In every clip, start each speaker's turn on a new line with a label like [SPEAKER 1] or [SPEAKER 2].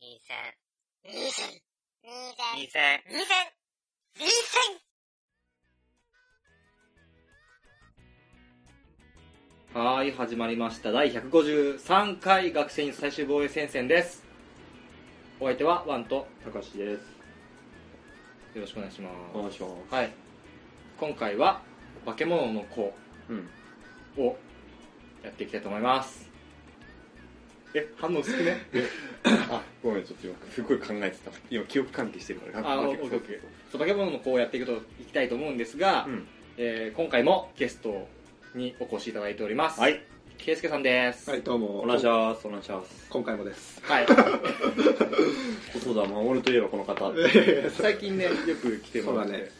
[SPEAKER 1] 二千。
[SPEAKER 2] 二千。二千。二
[SPEAKER 1] 二千。
[SPEAKER 2] 千。二千。
[SPEAKER 1] はーい、始まりました。第153回学生最終防衛戦線です。お相手はワンと
[SPEAKER 3] 高橋です。
[SPEAKER 1] よろしくお願いしま。
[SPEAKER 3] お願いします
[SPEAKER 1] はい。今回は、化け物の子
[SPEAKER 3] うん。
[SPEAKER 1] をやっていきたいと思います。え、反応少ね
[SPEAKER 3] あ、ごめん、ちょっと今、すごい考えてた。今、記憶喚起してるから。
[SPEAKER 1] あ、オッケーオッケー。そう、化け物の子をやっていくと、いきたいと思うんですが、
[SPEAKER 3] うん。
[SPEAKER 1] えー今回もゲストにお越しいただいております。
[SPEAKER 3] は。い。
[SPEAKER 1] 圭介さんです。
[SPEAKER 4] はい、どうも。
[SPEAKER 3] お願いします。お願いします。
[SPEAKER 4] 今回もです。
[SPEAKER 1] はい。
[SPEAKER 3] 細田守といえばこの方。は
[SPEAKER 1] 最近ね、よく来てもらって。
[SPEAKER 4] そうだね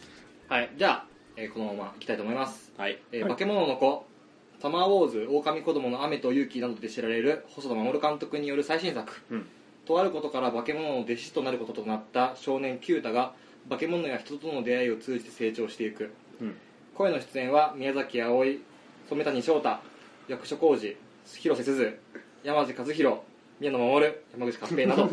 [SPEAKER 1] はい。じゃあ、えーこのままいきたいと思います。
[SPEAKER 3] い。
[SPEAKER 1] えー化け物の子、サマーウォーズ、狼子供の雨と勇気などで知られる細田守監督による最新作、
[SPEAKER 3] うん。
[SPEAKER 1] とあることから化け物の弟子となることとなった少年キュータが、化け物や人との出会いを通じて成長していく。
[SPEAKER 3] うん。
[SPEAKER 1] 声の出演は宮崎あおい、染谷翔太、役所広司、広瀬すず、山地和弘、宮野守、山口勝平 など。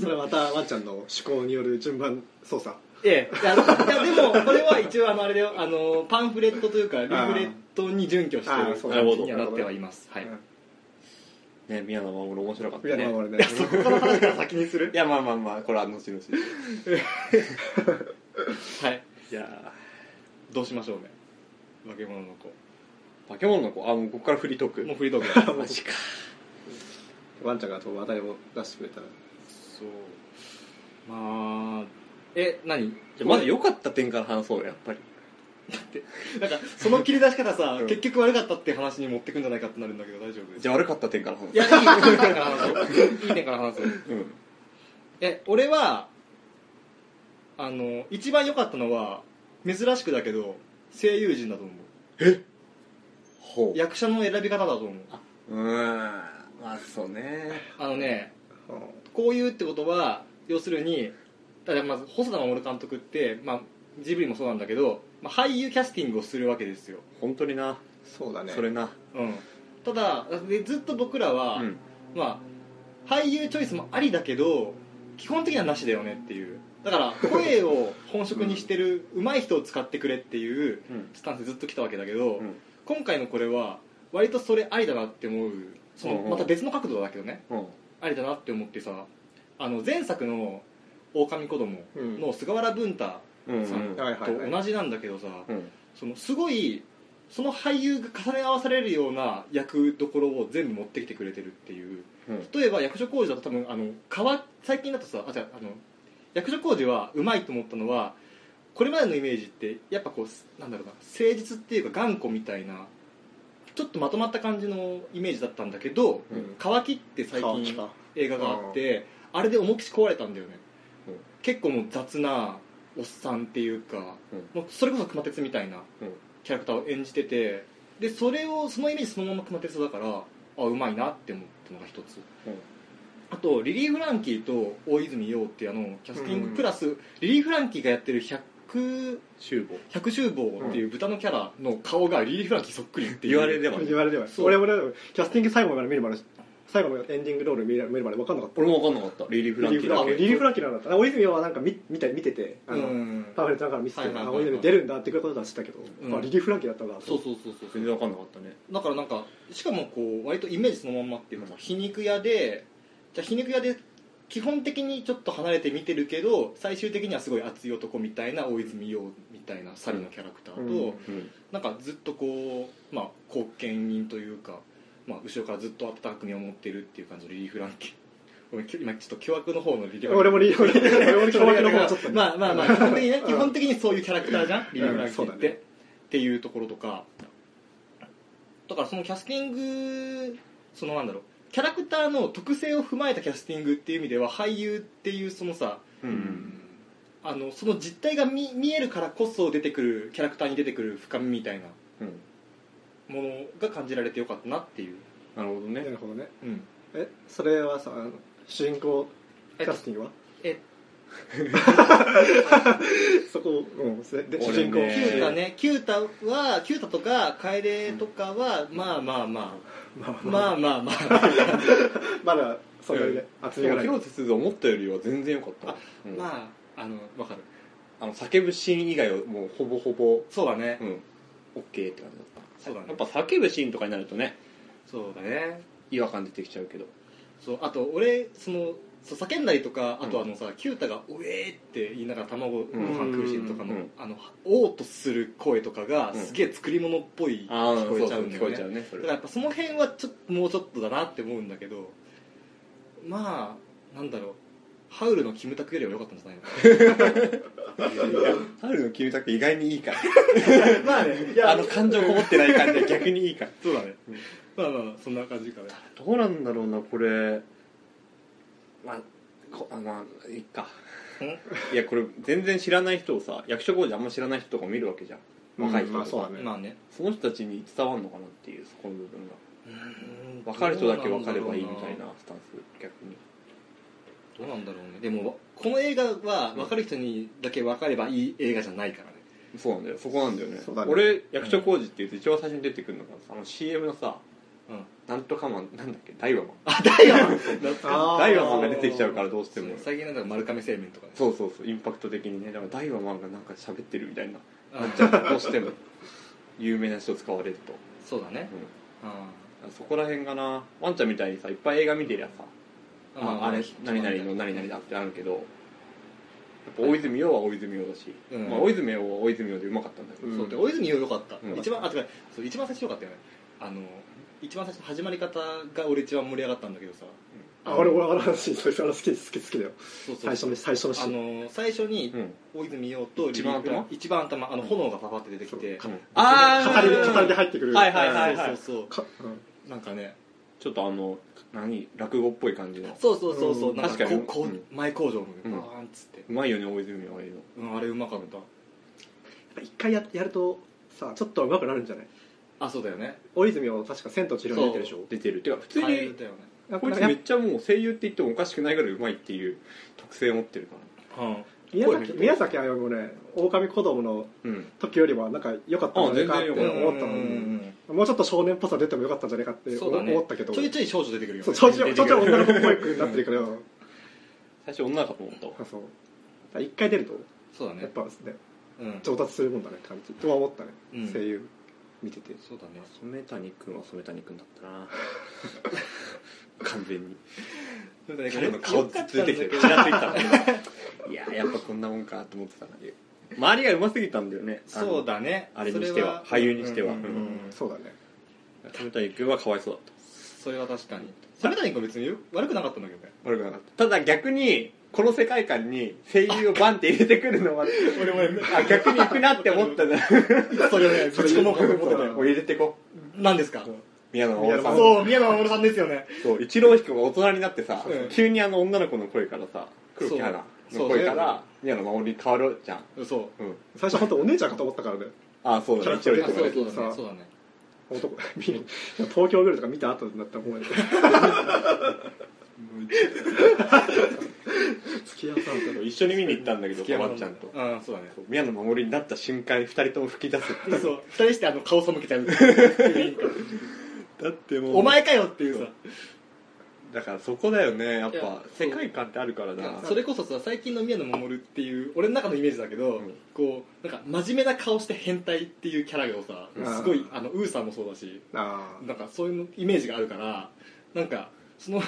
[SPEAKER 4] それはまたワンちゃんの思考による順番操作。
[SPEAKER 1] ええ、いやいやでもこれは一応あのあれだよあのパンフレットというかリフレットに準拠して
[SPEAKER 4] あ
[SPEAKER 1] る
[SPEAKER 4] ーそう
[SPEAKER 3] なる
[SPEAKER 1] 感
[SPEAKER 3] ほ
[SPEAKER 1] じ
[SPEAKER 3] ど
[SPEAKER 1] にはなってはいますはい
[SPEAKER 3] ね、宮野真守面白かった
[SPEAKER 4] いや、
[SPEAKER 3] ね。
[SPEAKER 4] まあ俺ね。
[SPEAKER 1] そこの話から先にする
[SPEAKER 3] いや、まあまあまあ、これは後々。い
[SPEAKER 1] はい
[SPEAKER 3] や
[SPEAKER 1] どうしましょうね化け物の子
[SPEAKER 3] ー化け物の子、あ、もうここから振り解
[SPEAKER 1] もう
[SPEAKER 3] く。
[SPEAKER 1] フリードークだ
[SPEAKER 3] マジか。
[SPEAKER 4] ワンちゃんが話題を出してくれたら。
[SPEAKER 1] そうまあえ何
[SPEAKER 3] じゃあまず良かった点から話そうよ、やっぱり。
[SPEAKER 1] なんかその切り出し方さ、
[SPEAKER 3] うん
[SPEAKER 1] 結局悪かったって話に持ってくんじゃないかってなるんだけど大丈夫
[SPEAKER 3] じゃあ悪かった点から話
[SPEAKER 1] いやいいいい点から話そういい点から話そう
[SPEAKER 3] そう。うん。
[SPEAKER 1] え俺はあの一番良かったのは珍しくだけど声優陣だと思う
[SPEAKER 3] ほう。
[SPEAKER 1] 役者の選び方だと思う
[SPEAKER 3] うーん。まあ、そうね。
[SPEAKER 1] あのね
[SPEAKER 4] うん
[SPEAKER 1] こういうってことは要するにだからまず細田守監督って、まあ、ジブリもそうなんだけど、まあ、俳優キャスティングをするわけですよ、
[SPEAKER 3] 本当にな。
[SPEAKER 4] そうだね。
[SPEAKER 3] それな。
[SPEAKER 1] うん、ただでずっと僕らは、
[SPEAKER 3] うん。
[SPEAKER 1] まあ、俳優チョイスもありだけど基本的にはなしだよねっていうだから声を本職にしてる 上手い人を使ってくれっていう
[SPEAKER 3] うん。
[SPEAKER 1] スタンスでずっと来たわけだけど、
[SPEAKER 3] うん
[SPEAKER 1] 今回のこれは割とそれありだなって思うその
[SPEAKER 3] うんうん
[SPEAKER 1] また別の角度だけどね
[SPEAKER 3] うん。
[SPEAKER 1] ありだなって思ってさあの前作の「狼子供
[SPEAKER 4] うん
[SPEAKER 1] の菅原文太
[SPEAKER 3] うんうん
[SPEAKER 1] さん
[SPEAKER 4] はいはい
[SPEAKER 1] と
[SPEAKER 4] はい
[SPEAKER 1] 同じなんだけどさ
[SPEAKER 3] うん
[SPEAKER 1] そのすごいその俳優が重ね合わされるような役どころを全部持ってきてくれてるっていう
[SPEAKER 3] うん
[SPEAKER 1] 例えば役所広司だと多分あの川最近だとさあじゃああの役所広司はうまいと思ったのはこれまでのイメージってやっぱこうなんだろうな誠実っていうか頑固みたいなちょっとまとまった感じのイメージだったんだけど
[SPEAKER 3] う
[SPEAKER 4] うん
[SPEAKER 3] ん。
[SPEAKER 1] 乾きって最
[SPEAKER 4] 乾き
[SPEAKER 1] 近
[SPEAKER 4] か。
[SPEAKER 1] 映画があってあれで重きし壊れたんだよね、
[SPEAKER 3] うん
[SPEAKER 1] 結構もう雑なおっさんっていうか、
[SPEAKER 3] う
[SPEAKER 1] もうそれこそ熊徹みたいな
[SPEAKER 3] うん
[SPEAKER 1] キャラクターを演じててでそれをそのイメージそのまま熊徹だからあうまいなって思ったのが一つ、
[SPEAKER 3] うん
[SPEAKER 1] あとリリー・フランキーと大泉洋っていうあのキャスティングプラス、リリー・フランキーがやってる100
[SPEAKER 3] 集合。
[SPEAKER 1] 百獣坊っていう豚のキャラの顔がリリー・フランキーそっくりっていう
[SPEAKER 3] 言われればね
[SPEAKER 4] 言われれば。
[SPEAKER 1] そう
[SPEAKER 4] 俺、俺、キャスティング最後まで見るまで、最後のエンディングロール見る見るまで分かんなかった。
[SPEAKER 3] 俺も分かんなかった。リリー・フランキーだけ。
[SPEAKER 4] リリー・フランキーなんだった。あ大泉洋はなんか見見て見てて、あ
[SPEAKER 1] う
[SPEAKER 4] の、
[SPEAKER 1] ん
[SPEAKER 4] パンフレットなんかの見せて
[SPEAKER 1] はい
[SPEAKER 4] て、
[SPEAKER 1] はい
[SPEAKER 4] あ
[SPEAKER 1] はいはい
[SPEAKER 4] 大泉洋出るんだっていうことは知ったけど
[SPEAKER 1] う、ん
[SPEAKER 4] あリリー・フランキーだったんだ。
[SPEAKER 1] そうそうそうそう
[SPEAKER 3] 全然分かんなかったね。
[SPEAKER 1] だからなんかしかもこう割とイメージそのまんまっていうかさ皮肉屋でじゃあ皮肉屋で基本的にちょっと離れて見てるけど最終的にはすごい熱い男みたいな大泉洋みたいな猿のキャラクターと、
[SPEAKER 4] うん
[SPEAKER 3] うん。
[SPEAKER 1] なんかずっとこうまあ貢献人というか、まあ、後ろからずっと温かく見守ってるっていう感じのリリー・フランキーごめんきょ今ちょっと巨悪の方のリリー・フラ
[SPEAKER 4] 俺
[SPEAKER 1] ンキー
[SPEAKER 4] もリリー・フランキー。俺も
[SPEAKER 1] そうだけ
[SPEAKER 4] 俺も
[SPEAKER 1] ど
[SPEAKER 4] の方ちょっとね。
[SPEAKER 1] まあまあまあ基本的にね
[SPEAKER 4] うん
[SPEAKER 1] 基本的にそういうキャラクターじゃんリリー・フランキ
[SPEAKER 4] そ
[SPEAKER 1] ー
[SPEAKER 4] う
[SPEAKER 1] っ
[SPEAKER 4] だ
[SPEAKER 1] て、
[SPEAKER 4] ね
[SPEAKER 1] っていうところとかだからそのキャスティングそのなんだろうキャラクターの特性を踏まえたキャスティングっていう意味では俳優っていうそのさ
[SPEAKER 3] うん。
[SPEAKER 1] あのその実態が見見えるからこそ出てくるキャラクターに出てくる深みみたいな
[SPEAKER 3] うん。
[SPEAKER 1] ものが感じられてよかったなっていう、
[SPEAKER 3] なるほど
[SPEAKER 4] な
[SPEAKER 3] ね。
[SPEAKER 4] るほどね。
[SPEAKER 1] うん、
[SPEAKER 4] え、それはさ、あの主人公キャスティングは
[SPEAKER 1] え
[SPEAKER 4] そこ、うん、それで主
[SPEAKER 3] 俺
[SPEAKER 4] 人公
[SPEAKER 3] ね
[SPEAKER 1] キュータねキュータはキュータとか楓とかは、まあまあまあ
[SPEAKER 4] まあまあ、
[SPEAKER 1] まあまあまあ
[SPEAKER 4] まだそれで厚みがない
[SPEAKER 3] 広瀬すず思ったよりは全然良かった
[SPEAKER 1] あ
[SPEAKER 3] うん
[SPEAKER 1] まああのわかる
[SPEAKER 3] あの叫ぶシーン以外はもうほぼほぼ
[SPEAKER 1] そうだね、
[SPEAKER 3] うん OK って感じだった
[SPEAKER 1] そうだね
[SPEAKER 3] やっぱ叫ぶシーンとかになるとね
[SPEAKER 1] そうだね
[SPEAKER 3] 違和感出てきちゃうけど
[SPEAKER 1] そうあと俺そのそう叫んだりとかあとあのさ、キュータが「うえー」って言いながら卵ご飯食うシーンとかの、
[SPEAKER 3] うん
[SPEAKER 1] あのおーとする声とかが
[SPEAKER 3] うん
[SPEAKER 1] すげえ作り物っぽい
[SPEAKER 3] ああ
[SPEAKER 1] 聞こえちゃうんだ
[SPEAKER 3] 聞
[SPEAKER 1] よ
[SPEAKER 3] こ
[SPEAKER 1] ね、
[SPEAKER 3] えちゃうね
[SPEAKER 1] だ
[SPEAKER 3] そ れ
[SPEAKER 1] からやっぱその辺はちょっともうちょっとだなって思うんだけどまあなんだろうハウルのキムタクよりは良かったんじゃない
[SPEAKER 3] 春の君たく意外にいいから
[SPEAKER 1] のまあねい
[SPEAKER 3] あの感情こもってない感じは逆にいいから
[SPEAKER 1] そうだね、まあまあまあそんな感じかね
[SPEAKER 3] どうなんだろうなこれまあこあまあいいかいやこれ全然知らない人をさ役所工事あんま知らない人とか見るわけじゃん若い人とか、
[SPEAKER 4] まあそうだね
[SPEAKER 1] まあね
[SPEAKER 3] その人たちに伝わるのかなっていうそこの部分が分かる人だけ分かればいいみたいなスタンス逆に
[SPEAKER 1] どうなんだろうねでもこの映画は分かる人にだけ分かればいい映画じゃないからね
[SPEAKER 3] そうなんだよそこなんだよね
[SPEAKER 4] そうだね
[SPEAKER 3] 俺役所工事って言うと一番最初に出てくるのがさあの CM のさ、
[SPEAKER 1] うん
[SPEAKER 3] なんとかマンなんだっけダイワマン
[SPEAKER 1] あダイワマン
[SPEAKER 4] あー
[SPEAKER 3] ダイワマンが出てきちゃうからどうしても
[SPEAKER 1] 最近なんか丸亀製麺とかね
[SPEAKER 3] そうそうそうインパクト的にねだからダイワマンがなんか喋ってるみたいな
[SPEAKER 1] あ
[SPEAKER 3] じゃあどうしても有名な人使われると、
[SPEAKER 1] そうだね
[SPEAKER 3] う
[SPEAKER 1] あ
[SPEAKER 3] ん、そこら辺がなワンちゃんみたいにさいっぱい映画見てりゃさ
[SPEAKER 1] ー
[SPEAKER 3] ああれ何々の何々だってあるけどやっぱ大泉洋は大泉洋だし、
[SPEAKER 1] うん
[SPEAKER 3] まあ、大泉洋は大泉洋でうまかったんだけど、
[SPEAKER 1] そうで大泉洋良かった、
[SPEAKER 3] うん
[SPEAKER 1] 一番あてかそう一番最初良かったよねあの一番最初の始まり方が俺一番盛り上がったんだけどさ、
[SPEAKER 4] あ俺俺あの話それあの好き好き好きだよ
[SPEAKER 1] そうそ
[SPEAKER 4] 最
[SPEAKER 1] う
[SPEAKER 4] 初の最初のシ
[SPEAKER 1] あ
[SPEAKER 4] ーン
[SPEAKER 1] の最初に
[SPEAKER 3] うん
[SPEAKER 1] 大泉洋と
[SPEAKER 3] 一番頭
[SPEAKER 1] 一番頭あの炎がパパって出てきて
[SPEAKER 3] うん
[SPEAKER 4] あ語り
[SPEAKER 3] うん
[SPEAKER 4] 語りで入ってくる
[SPEAKER 3] はいはいはいはい
[SPEAKER 1] そうそうそう
[SPEAKER 4] かうん
[SPEAKER 1] なんかね
[SPEAKER 3] ちょっとあの何落語っぽい感じの
[SPEAKER 1] そうそうそうそう、
[SPEAKER 4] うん
[SPEAKER 1] なんか
[SPEAKER 3] 確かに
[SPEAKER 1] こうこう
[SPEAKER 3] うん
[SPEAKER 1] 前工場もバ
[SPEAKER 3] うん
[SPEAKER 1] ーンっつって、
[SPEAKER 3] うまいよね大泉洋はああいうの
[SPEAKER 1] うん、あれうまかった
[SPEAKER 4] 一回ややるとさちょっと上手くなるんじゃない
[SPEAKER 1] あそうだよね
[SPEAKER 4] 大泉洋確か千と千尋に出てるでしょ
[SPEAKER 3] 出てるてか普通
[SPEAKER 1] あれ
[SPEAKER 3] に
[SPEAKER 1] だよね
[SPEAKER 4] なんか
[SPEAKER 3] こいつめっちゃもう声優って言ってもおかしくないぐらいうまいっていう特性を持ってるか
[SPEAKER 1] うん
[SPEAKER 4] 宮崎宮崎あやもね狼子供の
[SPEAKER 3] らうん
[SPEAKER 4] 時よりはなんか良かったんじゃないかって
[SPEAKER 3] あ全然良
[SPEAKER 4] 思ったの
[SPEAKER 1] うんうん
[SPEAKER 4] に
[SPEAKER 1] うん
[SPEAKER 4] もうちょっと少年っぽさ出ても良かったんじゃないかって
[SPEAKER 1] そうだね
[SPEAKER 4] 思ったけど
[SPEAKER 1] ちょいちょい少女出てくるよね
[SPEAKER 4] そうちょいちょいちょいちょい女の子っぽくなってるから
[SPEAKER 3] 最初女かと思ったわ
[SPEAKER 4] あそうだから一回出ると
[SPEAKER 1] そうだ
[SPEAKER 4] やっ
[SPEAKER 1] ね
[SPEAKER 4] ぱですね
[SPEAKER 1] うん
[SPEAKER 4] 上達するもんだね感じとは思ったね、
[SPEAKER 1] うん
[SPEAKER 4] 声優見てて
[SPEAKER 1] そうだね
[SPEAKER 3] 染谷君は染谷君だった な完全に彼の顔ついてきてちらついたもんいややっぱこんなもんかと思ってたな周りがうますぎたんだよねあの
[SPEAKER 1] そうだね
[SPEAKER 3] あれにしては俳優にしては
[SPEAKER 1] うんうん
[SPEAKER 3] う
[SPEAKER 1] うん
[SPEAKER 4] そうだね
[SPEAKER 3] 染谷君はかわいそうだっ
[SPEAKER 1] それは確かにそれなりにこれ別に悪くなかったんだけどね
[SPEAKER 3] た悪くなかったただ逆にこの世界観に声優をバンって入れてくるのは俺もあ逆に行くなって思ったな
[SPEAKER 1] それをねぶち込もうかと思ってた
[SPEAKER 3] もう
[SPEAKER 1] よ
[SPEAKER 3] 入れてこ
[SPEAKER 1] 何ですか
[SPEAKER 3] 宮野真守さん
[SPEAKER 1] そう宮野真守さんですよね
[SPEAKER 3] そう一郎彦が大人になってさ、
[SPEAKER 1] うん
[SPEAKER 3] 急にあの女の子の声からさ黒木花
[SPEAKER 1] そう
[SPEAKER 3] の声か
[SPEAKER 1] そう
[SPEAKER 3] ら宮野真守に変わるじゃん、
[SPEAKER 1] そう
[SPEAKER 3] うん、
[SPEAKER 4] 最初本当お姉ちゃんかと思ったからね
[SPEAKER 3] ああそうだね一郎
[SPEAKER 1] あ
[SPEAKER 3] 彦
[SPEAKER 1] そう
[SPEAKER 3] がね
[SPEAKER 1] そうだね
[SPEAKER 4] さ
[SPEAKER 1] そうだね
[SPEAKER 4] 男見る東京グールとか見た後になったら もうね付き合わされた
[SPEAKER 3] 一緒に見に行ったんだけどかまっちゃんと
[SPEAKER 1] うんそうだね
[SPEAKER 3] そう宮野真守になった瞬間に二人とも吹き出すっていう
[SPEAKER 1] そう二人してあの顔背けちゃ う
[SPEAKER 3] だってもう
[SPEAKER 1] お前かよっていうさ
[SPEAKER 3] だからそこだよねやっ
[SPEAKER 1] いや
[SPEAKER 3] ぱ世界観ってあるから
[SPEAKER 1] いや
[SPEAKER 3] な
[SPEAKER 1] それこそさ最近の宮野真守っていう俺の中のイメージだけど、
[SPEAKER 3] うん
[SPEAKER 1] こうなんか真面目な顔して変態っていうキャラをさ、
[SPEAKER 4] うん
[SPEAKER 1] すごいあのウーさんもそうだし
[SPEAKER 4] あー
[SPEAKER 1] なんかそういうのイメージがあるからなんかその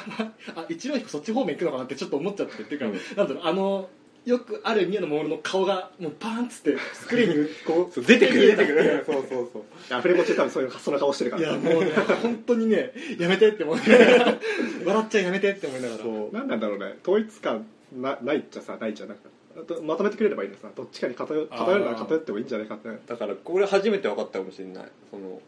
[SPEAKER 1] あ一郎彦そっち方面行くのかなってちょっと思っちゃってっていうか、
[SPEAKER 3] うん
[SPEAKER 1] なんだろうあのよくある宮野真守の顔がもうバーンっつってスクリーンにこう
[SPEAKER 3] そう出てくる
[SPEAKER 1] 出
[SPEAKER 3] 出
[SPEAKER 1] て
[SPEAKER 3] て
[SPEAKER 1] く
[SPEAKER 3] く
[SPEAKER 1] る
[SPEAKER 3] る そうそうそう
[SPEAKER 4] アフレコ中多分そういうそんな顔してるか
[SPEAKER 1] いや
[SPEAKER 4] ら
[SPEAKER 1] もうね本当にねやめてって思いながら笑っちゃやめてって思いながら
[SPEAKER 3] そう
[SPEAKER 4] なんなんだろうね統一感なないっちゃさないじゃんなんかあとまとめてくれればいいのさどっちかに偏偏るなら偏ってもいいんじゃないかって
[SPEAKER 3] だからこれ初めて分かったかもしれないその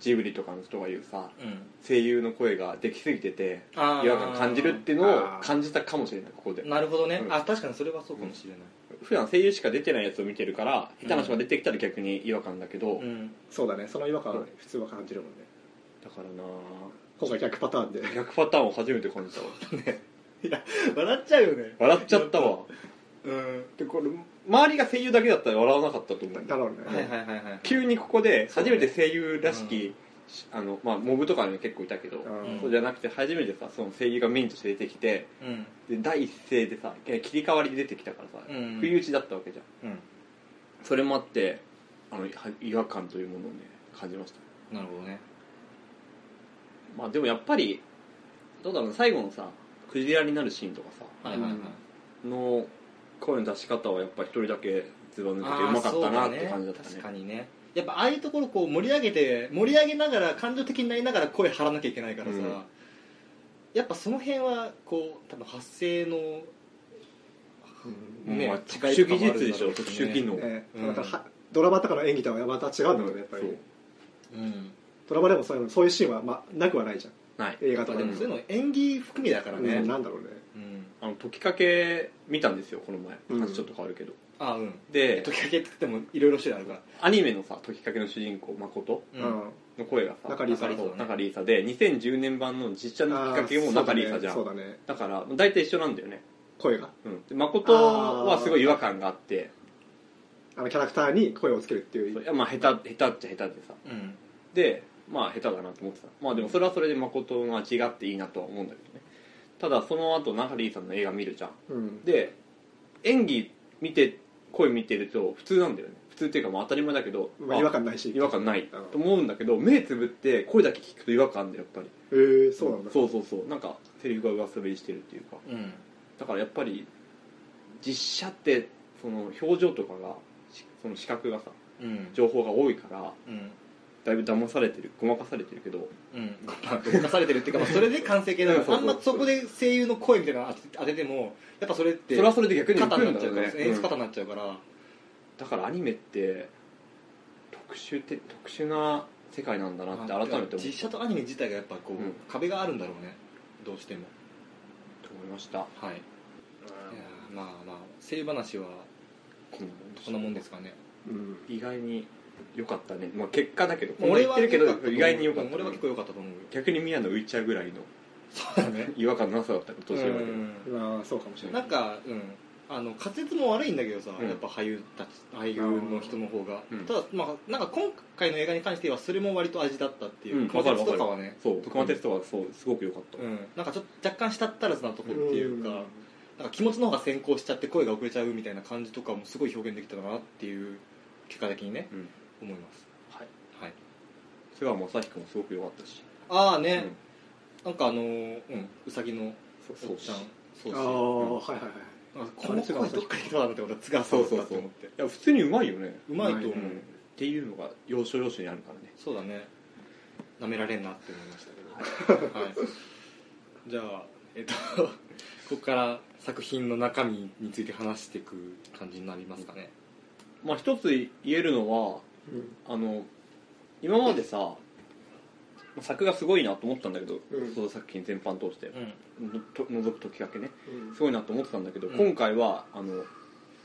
[SPEAKER 3] ジブリとかの人が言うさ
[SPEAKER 1] うん
[SPEAKER 3] 声優の声ができすぎてて
[SPEAKER 1] あー
[SPEAKER 3] 違和感感じるっていうのを感じたかもしれないここで
[SPEAKER 1] なるほどね、
[SPEAKER 3] うん
[SPEAKER 1] あ確かにそれはそうかもしれない、
[SPEAKER 3] 普段声優しか出てないやつを見てるから下手な人が出てきたら逆に違和感だけど、
[SPEAKER 1] う
[SPEAKER 3] だ
[SPEAKER 1] ん
[SPEAKER 4] そうだねその違和感
[SPEAKER 3] う
[SPEAKER 4] は
[SPEAKER 3] ん
[SPEAKER 4] 普通は感じるもんね
[SPEAKER 3] からな
[SPEAKER 4] 今回逆パターンで
[SPEAKER 3] あ逆パターンを初めて感じたわ
[SPEAKER 1] 笑っちゃうよね
[SPEAKER 3] 笑っちゃったわ
[SPEAKER 1] うん
[SPEAKER 3] でこれ周りが声優だけだったら笑わなかったと思う
[SPEAKER 4] だろうね、
[SPEAKER 1] はいはいはいはい
[SPEAKER 3] 急にここで初めて声優らしきあの、まあ、モブとかにも結構いたけど、
[SPEAKER 4] うん
[SPEAKER 3] そうじゃなくて初めてさその声優がメインとして出てきて
[SPEAKER 1] うん
[SPEAKER 3] で第一声でさ切り替わりで出てきたからさ、
[SPEAKER 1] うん
[SPEAKER 3] 不意打ちだったわけじゃん
[SPEAKER 1] うん
[SPEAKER 3] それもあってあのは違和感というものをね感じました
[SPEAKER 1] なるほどね
[SPEAKER 3] まあでもやっぱりどうだろうな最後のさクジラになるシーンとかさ、
[SPEAKER 1] はいはいはい
[SPEAKER 3] の声の出し方はやっぱ一人だけずば抜けてうまかったなって感じだったね
[SPEAKER 1] 確かにねやっぱああいうところこう盛り上げて盛り上げながら感情的になりながら声張らなきゃいけないからさ、
[SPEAKER 3] うん
[SPEAKER 1] やっぱその辺はこう多分発声の
[SPEAKER 3] もう
[SPEAKER 1] ね
[SPEAKER 3] まあ特殊技術でしょ特殊技能、
[SPEAKER 4] ね
[SPEAKER 1] うん
[SPEAKER 4] なんかはドラマとかの演技とはまた違うんだよねやっぱ
[SPEAKER 3] そ
[SPEAKER 4] り、
[SPEAKER 3] う
[SPEAKER 1] うん
[SPEAKER 4] ドラマでもそういうのそういうシーンは、まあ、なくはないじゃ
[SPEAKER 3] ない
[SPEAKER 4] ん映
[SPEAKER 1] や
[SPEAKER 4] 画
[SPEAKER 1] っ
[SPEAKER 4] と
[SPEAKER 1] ぱで
[SPEAKER 4] かで
[SPEAKER 1] も
[SPEAKER 4] も、
[SPEAKER 1] そういうの演技含みだからね、
[SPEAKER 4] う
[SPEAKER 1] うんん
[SPEAKER 4] なんだろうね
[SPEAKER 3] あの時かけ見たんですよこの前
[SPEAKER 4] うん
[SPEAKER 3] 話ちょっと変わるけど、
[SPEAKER 1] あうん
[SPEAKER 3] で
[SPEAKER 1] 時かけって言ってもいろいろ種類あるか
[SPEAKER 3] アニメのさ時かけの主人公誠
[SPEAKER 1] らうん
[SPEAKER 3] の声がさ
[SPEAKER 4] 中里依紗
[SPEAKER 3] そう
[SPEAKER 1] 中里依紗ね
[SPEAKER 3] 中里依紗で2010年版の実写の時かけも中里依紗じゃん
[SPEAKER 4] そ
[SPEAKER 3] だ,、
[SPEAKER 4] うだね
[SPEAKER 3] から大体一緒なんだよね、
[SPEAKER 4] 声が
[SPEAKER 3] うん、で誠はすごい違和感があって
[SPEAKER 4] あのキャラクターに声をつけるってい
[SPEAKER 3] そう
[SPEAKER 4] う
[SPEAKER 3] いやまあ下手下手っちゃ下手でさ
[SPEAKER 1] うん
[SPEAKER 3] でまあ下手だなと思ってたまあでもそれはそれで誠の味があっていいなとは思うんだけどねただその後中里依紗の映画見るじゃん
[SPEAKER 4] うん
[SPEAKER 3] で演技見て声見てると普通なんだよね普通っていうかまあ当たり前だけど、
[SPEAKER 4] まあ、違和感ないし
[SPEAKER 3] 違和感ない
[SPEAKER 4] うん
[SPEAKER 3] と思うんだけど目つぶって声だけ聞くと違和感あるんだよやっぱり
[SPEAKER 4] えー、そうなんだ
[SPEAKER 3] そうそうそうなんかセリフが上滑りしてるっていうか
[SPEAKER 1] うん
[SPEAKER 3] だからやっぱり実写ってその表情とかがしその視覚がさ
[SPEAKER 1] うん
[SPEAKER 3] 情報が多いから
[SPEAKER 1] うん
[SPEAKER 3] だいぶ騙されてるごまかされてるけど
[SPEAKER 1] うん、まあ動かされてる っていうか、まあ、それで完成形だか
[SPEAKER 3] そう
[SPEAKER 1] らあ
[SPEAKER 3] そうん
[SPEAKER 1] まそこで声優の声みたいなの当ててもやっぱそれって
[SPEAKER 3] それはそれで逆に浮
[SPEAKER 1] 肩
[SPEAKER 3] く
[SPEAKER 1] になんっ
[SPEAKER 3] だ
[SPEAKER 1] ちゃ
[SPEAKER 3] よ
[SPEAKER 1] うから
[SPEAKER 3] ね、
[SPEAKER 1] 演出
[SPEAKER 3] うん
[SPEAKER 1] 肩になっちゃうから、
[SPEAKER 3] だからアニメって特殊って特殊な世界なんだなって改めて思った
[SPEAKER 1] 実写とアニメ自体がやっぱこう、
[SPEAKER 3] うん
[SPEAKER 1] 壁があるんだろうねどうしても
[SPEAKER 3] と思いました
[SPEAKER 1] はいいやーまあまあ声優話は
[SPEAKER 3] こんなもん
[SPEAKER 1] こんなもんですかね
[SPEAKER 4] うん
[SPEAKER 3] 意外に良かったね、まあ、結果だけどこんな
[SPEAKER 1] 俺
[SPEAKER 3] 言っ
[SPEAKER 1] は
[SPEAKER 3] てるけ
[SPEAKER 1] 良かったと思
[SPEAKER 3] ど
[SPEAKER 1] う
[SPEAKER 3] 意外に良かった、
[SPEAKER 1] うん俺は結構良かったと思うよ
[SPEAKER 3] 逆に宮野浮いちゃうぐらいの
[SPEAKER 1] そうだね
[SPEAKER 3] 違和感のなさだったことを知ればいいけど
[SPEAKER 1] う
[SPEAKER 4] まあそうかもしれ
[SPEAKER 1] ん
[SPEAKER 4] な
[SPEAKER 1] ないんかうんあの滑舌も悪いんだけどさ、
[SPEAKER 3] うん
[SPEAKER 1] やっぱ俳優たち俳優の人の方が、
[SPEAKER 3] うん
[SPEAKER 1] ただまあなんか今回の映画に関してはそれも割と味だったっていう、
[SPEAKER 3] うん
[SPEAKER 1] 滑舌とかはね
[SPEAKER 3] そう熊徹とはそうすごく良かった、
[SPEAKER 1] うん、なんかちょっと若干したったらずなとこっていうか,、
[SPEAKER 4] うん
[SPEAKER 1] なんか気持ちの方が先行しちゃって声が遅れちゃうみたいな感じとかもすごい表現できたなっていう結果的にね、
[SPEAKER 3] うん
[SPEAKER 1] 思います、
[SPEAKER 3] はい
[SPEAKER 1] はい、
[SPEAKER 3] 瀬川雅彦もすごく良かったし、
[SPEAKER 1] ああ
[SPEAKER 3] う
[SPEAKER 1] ね
[SPEAKER 3] ん、
[SPEAKER 1] なんかあのーうんうさぎの
[SPEAKER 3] そう
[SPEAKER 1] お
[SPEAKER 3] そ
[SPEAKER 1] っ
[SPEAKER 3] う
[SPEAKER 1] ちゃんそうそう
[SPEAKER 4] ああ、
[SPEAKER 3] うん
[SPEAKER 4] はいはいはい
[SPEAKER 1] この声どっかに来たなって思ったら津川さんだったって思って
[SPEAKER 3] いや普通にうまいよね
[SPEAKER 1] うまいと思う、
[SPEAKER 4] う
[SPEAKER 3] うんっていうのが要所要所にあるからね
[SPEAKER 1] そうだねなめられんなって思いましたけど、はい、じゃあえっと ここから作品の中身について話していく感じになりますかね
[SPEAKER 3] まあ一つ言えるのは
[SPEAKER 4] うん
[SPEAKER 3] あの今までさ作がすごいなと思ったんだけど、
[SPEAKER 4] うん
[SPEAKER 3] その作品全般通して
[SPEAKER 1] うん
[SPEAKER 3] のと覗くときかけね
[SPEAKER 4] うん
[SPEAKER 3] すごいなと思ってたんだけど、
[SPEAKER 1] うん
[SPEAKER 3] 今回はあの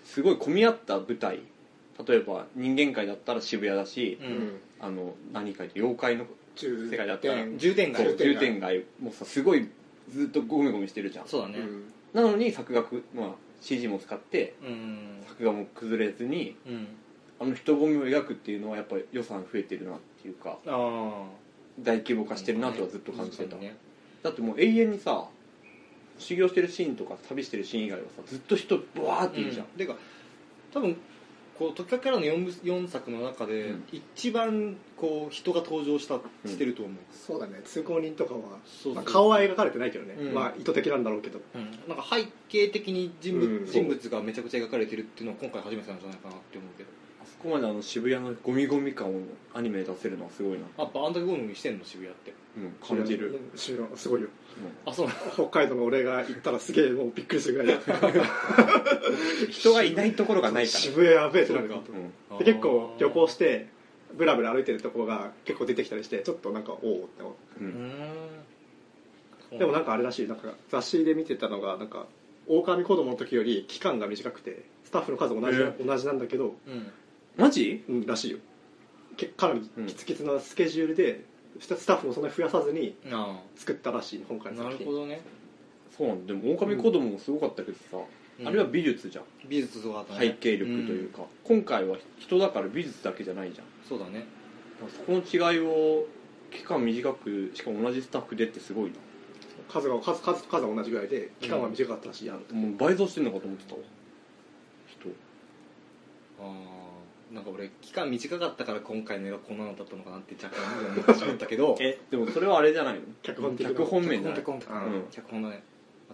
[SPEAKER 3] すごい混み合った舞台例えば人間界だったら渋谷だし、
[SPEAKER 1] うん
[SPEAKER 3] あの何界って妖怪の
[SPEAKER 4] 10
[SPEAKER 3] 世界だったら
[SPEAKER 1] 重点が
[SPEAKER 3] そう
[SPEAKER 4] 重点街
[SPEAKER 3] 重点街もさすごいずっとゴミゴミしてるじゃん
[SPEAKER 1] そうだね
[SPEAKER 4] うん
[SPEAKER 3] なのに作画く、まあ、CG も使って
[SPEAKER 1] うん
[SPEAKER 3] 作画も崩れずに
[SPEAKER 1] うん
[SPEAKER 3] あの人混みを描くっていうのはやっぱり予算増えてるなっていうか
[SPEAKER 1] ああ
[SPEAKER 3] 大規模化してるなとはずっと感じてた、
[SPEAKER 1] ね
[SPEAKER 3] だってもう永遠にさ修行してるシーンとか旅してるシーン以外はさずっと人ブワーっているじゃん、
[SPEAKER 1] でか多分こう時かけらの 4, 部4作の中で
[SPEAKER 3] うん
[SPEAKER 1] 一番こう人が登場したしてると思う、
[SPEAKER 4] そうだね通行人とかは、
[SPEAKER 1] そうそう
[SPEAKER 4] まあ、顔は描かれてないけどね、
[SPEAKER 1] うん
[SPEAKER 4] まあ意図的なんだろうけど
[SPEAKER 1] うんなんか背景的に人物,、
[SPEAKER 4] うん
[SPEAKER 1] 人物がめちゃくちゃ描かれてるっていうのは今回初めてなんじゃないかなって思うけど
[SPEAKER 3] あそこまであの渋谷のゴミゴミ感をアニメで出せるのはすごいな、
[SPEAKER 1] あやっぱあんだけゴミゴミしてんの渋谷って
[SPEAKER 3] うん、感じる、
[SPEAKER 4] 知らんすごいよ
[SPEAKER 1] あそうなの
[SPEAKER 4] 北海道の俺が行ったらすげえもうびっくりするぐらいだ
[SPEAKER 3] うん人がいないところがないか、
[SPEAKER 4] 渋谷やべえってなる
[SPEAKER 1] そう
[SPEAKER 4] か
[SPEAKER 1] から
[SPEAKER 3] うん、
[SPEAKER 4] で結構旅行してブラブラ歩いてるところが結構出てきたりしてちょっとなんかおおって思
[SPEAKER 1] う
[SPEAKER 3] う
[SPEAKER 1] んん
[SPEAKER 4] うでもなんかあれらしいなんか雑誌で見てたのがなんか狼子供の時より期間が短くてスタッフの数同じ,、
[SPEAKER 3] え
[SPEAKER 4] 同じなんだけど、
[SPEAKER 1] うん
[SPEAKER 3] マジ
[SPEAKER 4] うん、らしいよけかなり
[SPEAKER 3] うん
[SPEAKER 4] キツキツなスケジュールで、スタスタッフもそんなに増やさずに
[SPEAKER 1] あ
[SPEAKER 4] 作ったらしい今
[SPEAKER 1] あ
[SPEAKER 4] 回の
[SPEAKER 1] な
[SPEAKER 4] 作
[SPEAKER 1] る
[SPEAKER 4] 品
[SPEAKER 1] ほどね
[SPEAKER 3] そうなんだでも狼子供もすごかったけどさ、
[SPEAKER 1] うん
[SPEAKER 3] あれは美術じゃん、
[SPEAKER 1] 美術とかあった
[SPEAKER 3] 背景力というか、今回は人だから美術だけじゃないじゃん
[SPEAKER 1] そうだね
[SPEAKER 3] そこの違いを期間短くしかも同じスタッフでってすごい
[SPEAKER 4] 数が数数数は同じぐらいで期間は短かったしやると、
[SPEAKER 3] なもう倍増してんのかと思ってたわ人
[SPEAKER 1] あーなんか俺期間短かったから今回の映画こんなのだったのかなって若干思ってしまったけど
[SPEAKER 3] えでもそれはあれじゃないの
[SPEAKER 4] 脚本的な
[SPEAKER 3] 脚本面じゃない
[SPEAKER 1] 脚本脚
[SPEAKER 3] う
[SPEAKER 1] 本
[SPEAKER 3] ん
[SPEAKER 1] 脚本だね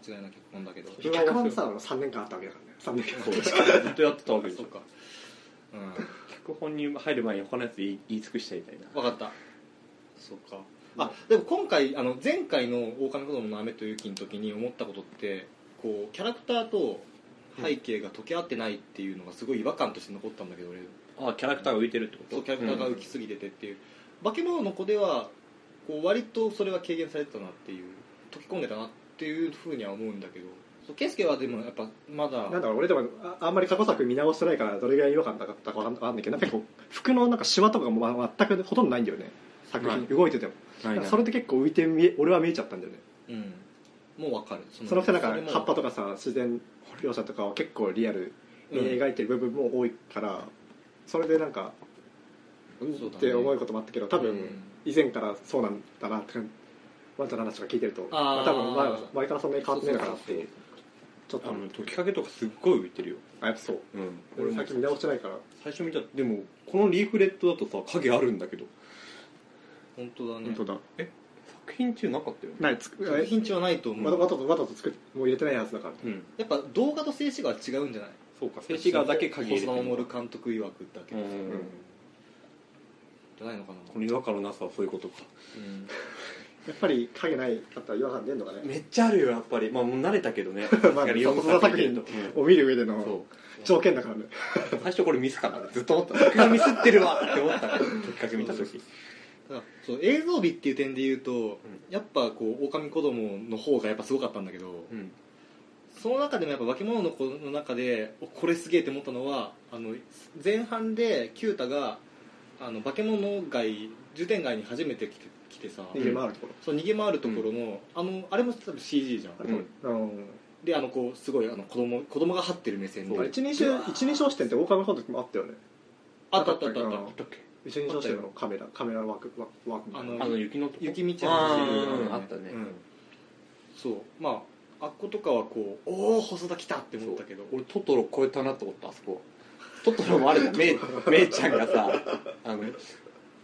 [SPEAKER 1] 間違いない脚本だけど
[SPEAKER 3] それは
[SPEAKER 4] 脚本さ3年間あったわけだからね3年間
[SPEAKER 3] そうずっとやってたわけでし
[SPEAKER 1] そ
[SPEAKER 3] ょ
[SPEAKER 1] っかうん
[SPEAKER 3] 脚本に入る前に他のやつ言い言い尽くしちゃいたいな
[SPEAKER 1] 分かったそっかあでも今回あの前回の「狼子供の雨と雪」の時に思ったことってこうキャラクターと背景が溶け合ってないっていうのがすごい違和感として残ったんだけど俺
[SPEAKER 3] あキャラクターが浮いてるってこと
[SPEAKER 1] そうキャラクターが浮きすぎててっていう、化け物の子ではこう割とそれは軽減されてたなっていう溶け込んでたなっていうふうには思うんだけどそうケイスケはでもやっぱまだ
[SPEAKER 4] なんだろう俺でもああんまり過去作見直してないからどれぐらい違和感なかったかわかんわかんないけどなんかこう服のなんかシワとかもま全くほとんどないんだよね作
[SPEAKER 3] は
[SPEAKER 4] 品
[SPEAKER 3] い
[SPEAKER 4] 動いてても、
[SPEAKER 3] ないな
[SPEAKER 4] それで結構浮いて見え俺は見えちゃったんだよね
[SPEAKER 1] うんもう分かるそ
[SPEAKER 4] そのくせなんか葉っぱと
[SPEAKER 1] か
[SPEAKER 4] かさ自然描写とかを結構リアルに
[SPEAKER 1] うん
[SPEAKER 4] 描いてる部分も多いから、それでなんか
[SPEAKER 1] そうだね
[SPEAKER 4] って思うこともあったけど多
[SPEAKER 1] う
[SPEAKER 4] 分
[SPEAKER 1] ん
[SPEAKER 4] 以前からそうなんだなってワンちゃんの話とか聞いてるとまあ、多分前前からそんなに変わってないのかなってちょっ
[SPEAKER 3] あ
[SPEAKER 4] と
[SPEAKER 3] の解きかけとかすっごい浮いてるよ
[SPEAKER 4] あやっぱそう
[SPEAKER 3] うん
[SPEAKER 4] 俺も最近見直してないから
[SPEAKER 3] 最初見たでもこのリーフレットだとさ影あるんだけど
[SPEAKER 1] 本当だね
[SPEAKER 4] だ
[SPEAKER 3] 作品中なかったよね
[SPEAKER 4] ないつく
[SPEAKER 1] 作品値はないと思う
[SPEAKER 4] わざわざとわざと作っもう入れてないやつだから
[SPEAKER 3] うん
[SPEAKER 1] やっぱ動画と静止画は違うんじゃない
[SPEAKER 3] そうか静止画だけ影入れて
[SPEAKER 1] 細田
[SPEAKER 3] る
[SPEAKER 1] 守監督曰くだけ
[SPEAKER 3] う
[SPEAKER 1] ど
[SPEAKER 3] ん
[SPEAKER 1] さ、
[SPEAKER 3] うんうん
[SPEAKER 1] じゃないのかな、
[SPEAKER 3] この違和感のなさはそういうことか
[SPEAKER 1] うん
[SPEAKER 4] やっぱり影ない方違和感出んのかね
[SPEAKER 3] めっちゃあるよやっぱりまあもう慣れたけどね
[SPEAKER 4] まあ
[SPEAKER 3] いや
[SPEAKER 4] そうそう作品
[SPEAKER 3] う
[SPEAKER 4] の
[SPEAKER 3] ん
[SPEAKER 4] を見る上で
[SPEAKER 3] そう
[SPEAKER 4] の条件だからね
[SPEAKER 3] 最初これミスかなってずっと思った僕がミスってるわって思ったからきっかけ見た時
[SPEAKER 1] ただそう映像美っていう点で言うと、やっぱこう狼子供の方がやっぱすごかったんだけど、
[SPEAKER 3] うん
[SPEAKER 1] その中でもやっぱ化け物の子の中でおこれすげえって思ったのはあの前半で九太があの化け物街重点街に初めて来て来てさ、
[SPEAKER 4] 逃げ回るとこ
[SPEAKER 1] そう逃げ回るところの,、あのあれも多分 CG じゃん
[SPEAKER 4] ろあれとうん
[SPEAKER 1] であのこうすごいあの子供子供が張ってる目線
[SPEAKER 4] あ
[SPEAKER 1] で
[SPEAKER 4] れ一人称一人称視点って狼の方の時もあったよね
[SPEAKER 1] あったあったあったあった
[SPEAKER 4] うん
[SPEAKER 3] だっけ
[SPEAKER 4] 一人称視点のカメラカメラワークワーク
[SPEAKER 1] あの
[SPEAKER 3] あの雪のとこ
[SPEAKER 1] 雪道
[SPEAKER 3] あ
[SPEAKER 1] 走る
[SPEAKER 3] ーあったね
[SPEAKER 1] うんそうまああっことかはこうおお細田来たって思ったけど
[SPEAKER 3] 俺トトロ超えたなと思ったあそこトトロも あれだめいめいちゃんがさあの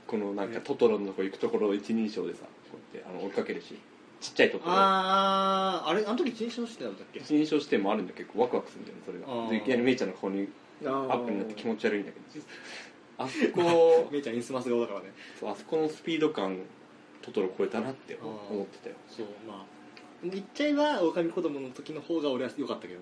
[SPEAKER 3] このなんかトトロのとこ行くところを一人称でさこうやってあの追いかけるしちっちゃいトトロ
[SPEAKER 1] あああれあの時一人称してたんだっけ
[SPEAKER 3] 一人称視点もあるんだけどワクワクするんだよねそれ
[SPEAKER 1] あー
[SPEAKER 3] がでいきなりめいちゃんの顔にア
[SPEAKER 4] ア
[SPEAKER 3] ップになって気持ち悪いんだけどあそこ
[SPEAKER 1] めいちゃんインスマス顔だからね
[SPEAKER 3] そうあそこのスピード感トトロ超えたなって思ってたよ
[SPEAKER 1] そうまあ言っちゃえば狼子供の時の方が俺は良かったけど、